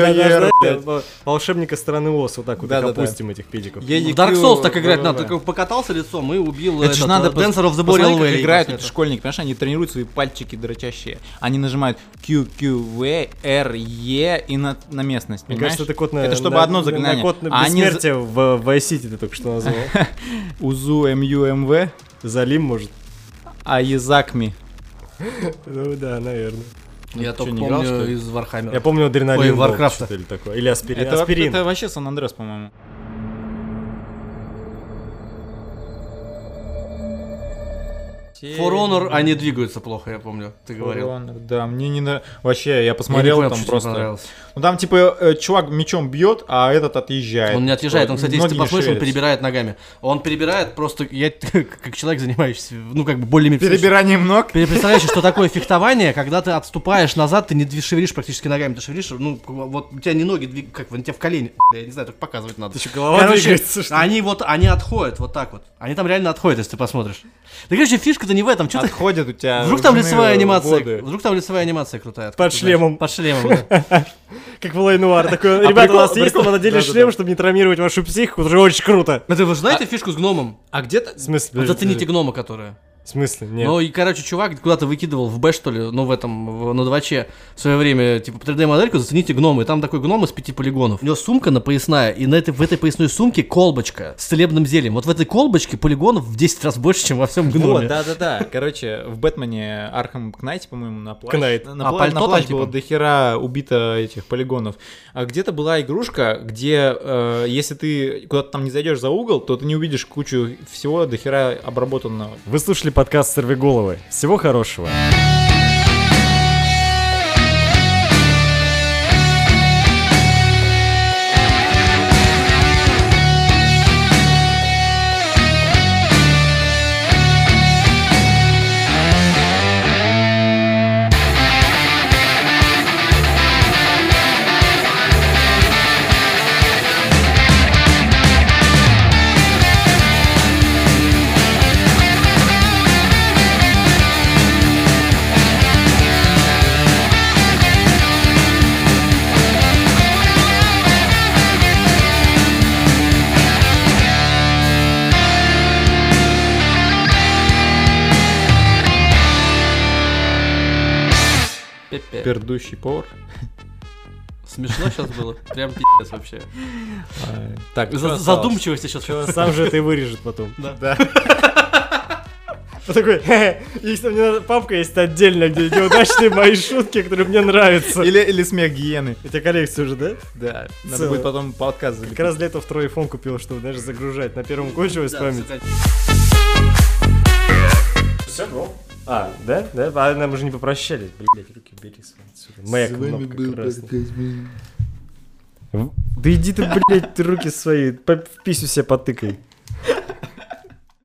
Да, да, да, EOER, да, блядь. да, волшебника страны Оз, вот так вот их Да-да-да. опустим, этих педиков. В Dark Souls так играть надо, ты как бы покатался лицом и убил Это этот, же надо... э, Dancer of the посмотри, Boreal как Valley. играют Просто эти это. школьники, понимаешь, они тренируют свои пальчики дрочащие. Они нажимают Q, Q, V, R, E и на, на местность, Мне понимаешь? кажется, это код на... Это чтобы на- одно на- заклинание. На код на А они бессмертие в в Vice City ты только что назвал. Узу, МЮ, МВ, Залим, может. а Язакми. Ну да, наверное. Я только не играл, что помню ли? из Вархаммера. Я помню адреналин. Ой, был, Warcraft. что-то Или такое. Или аспирин. Это, вообще- аспирин. это вообще Сан Андрес, по-моему. For Honor они двигаются плохо, я помню, ты For говорил. Honor, Да, мне не нравится. Вообще, я Я не посмотрел понял, там почему тебе просто. понравилось. Ну там типа э, чувак мечом бьет, а этот отъезжает. Он не отъезжает, он, кстати, если Ноги ты не посмотришь, он шевелятся. перебирает ногами. Он перебирает просто, я как человек, занимающийся, ну, как бы более-менее... Перебиранием ног. Пере- Представляешь, что такое фехтование, когда ты отступаешь назад, ты не дви- шевелишь практически ногами, ты шевелишь, ну, к- вот у тебя не ноги, двиг- как у тебя в колени, бля, я не знаю, только показывать надо. еще голова двигается, что ли? они вот, они отходят вот так вот. Они там реально отходят, если ты посмотришь. Да, короче, фишка-то не в этом, что ты... Отходит у тебя. Вдруг там ручные лицевая анимация, воды. вдруг там лицевая анимация крутая. откуда Под ты шлемом. знаешь? Под шлемом, да. Как в Лайнуар. Такой, ребята, у А прикол- нас есть прикол- там надели Да-да-да. шлем, чтобы не травмировать вашу психику. Это же очень круто. Ну, Это вы знаете фишку с гномом? А где-то В смысле? Вот подожди, зацените подожди. гнома, которая. В смысле? Нет. Ну и, короче, чувак куда-то выкидывал в Б, что ли, ну в этом, в, на 2Ч в свое время, типа, 3D-модельку, зацените гнома. И там такой гном из пяти полигонов. У него сумка на поясная, и на этой, в этой поясной сумке колбочка с целебным зельем. Вот в этой колбочке полигонов в 10 раз больше, чем во всем Вот, гноме. да-да-да. Короче, в Бэтмене Архам Кнайте, по-моему, на плащ. Кнайт. На, А пла- пальто на плащ там, типа? было дохера убито этих полигонов. А где-то была игрушка, где э, если ты куда-то там не зайдешь за угол, то ты не увидишь кучу всего дохера обработанного. Вы слушали подкаст «Сорвиголовы». Всего хорошего. Пе-пе. Пердущий повар. Смешно сейчас было. Прям пи***ц вообще. А, Так, чё За- осталось? Задумчивость сейчас. Сам же это и вырежет потом. Да. Он такой, «Хе-хе, есть там мне надо- папка есть отдельно, где неудачные мои шутки, которые мне нравятся. Или, или смех гиены. У тебя коллекция уже, да? Да, надо Целая. будет потом подкаст Как залепить. раз для этого второй iPhone купил, чтобы даже загружать. На первом кончилась память. Все, А, да? Да? А нам уже не попрощались. Блять, руки бери отсюда. Моя кнопка красная. В- Да иди ты, блядь, ты руки свои по- в писю себе потыкай.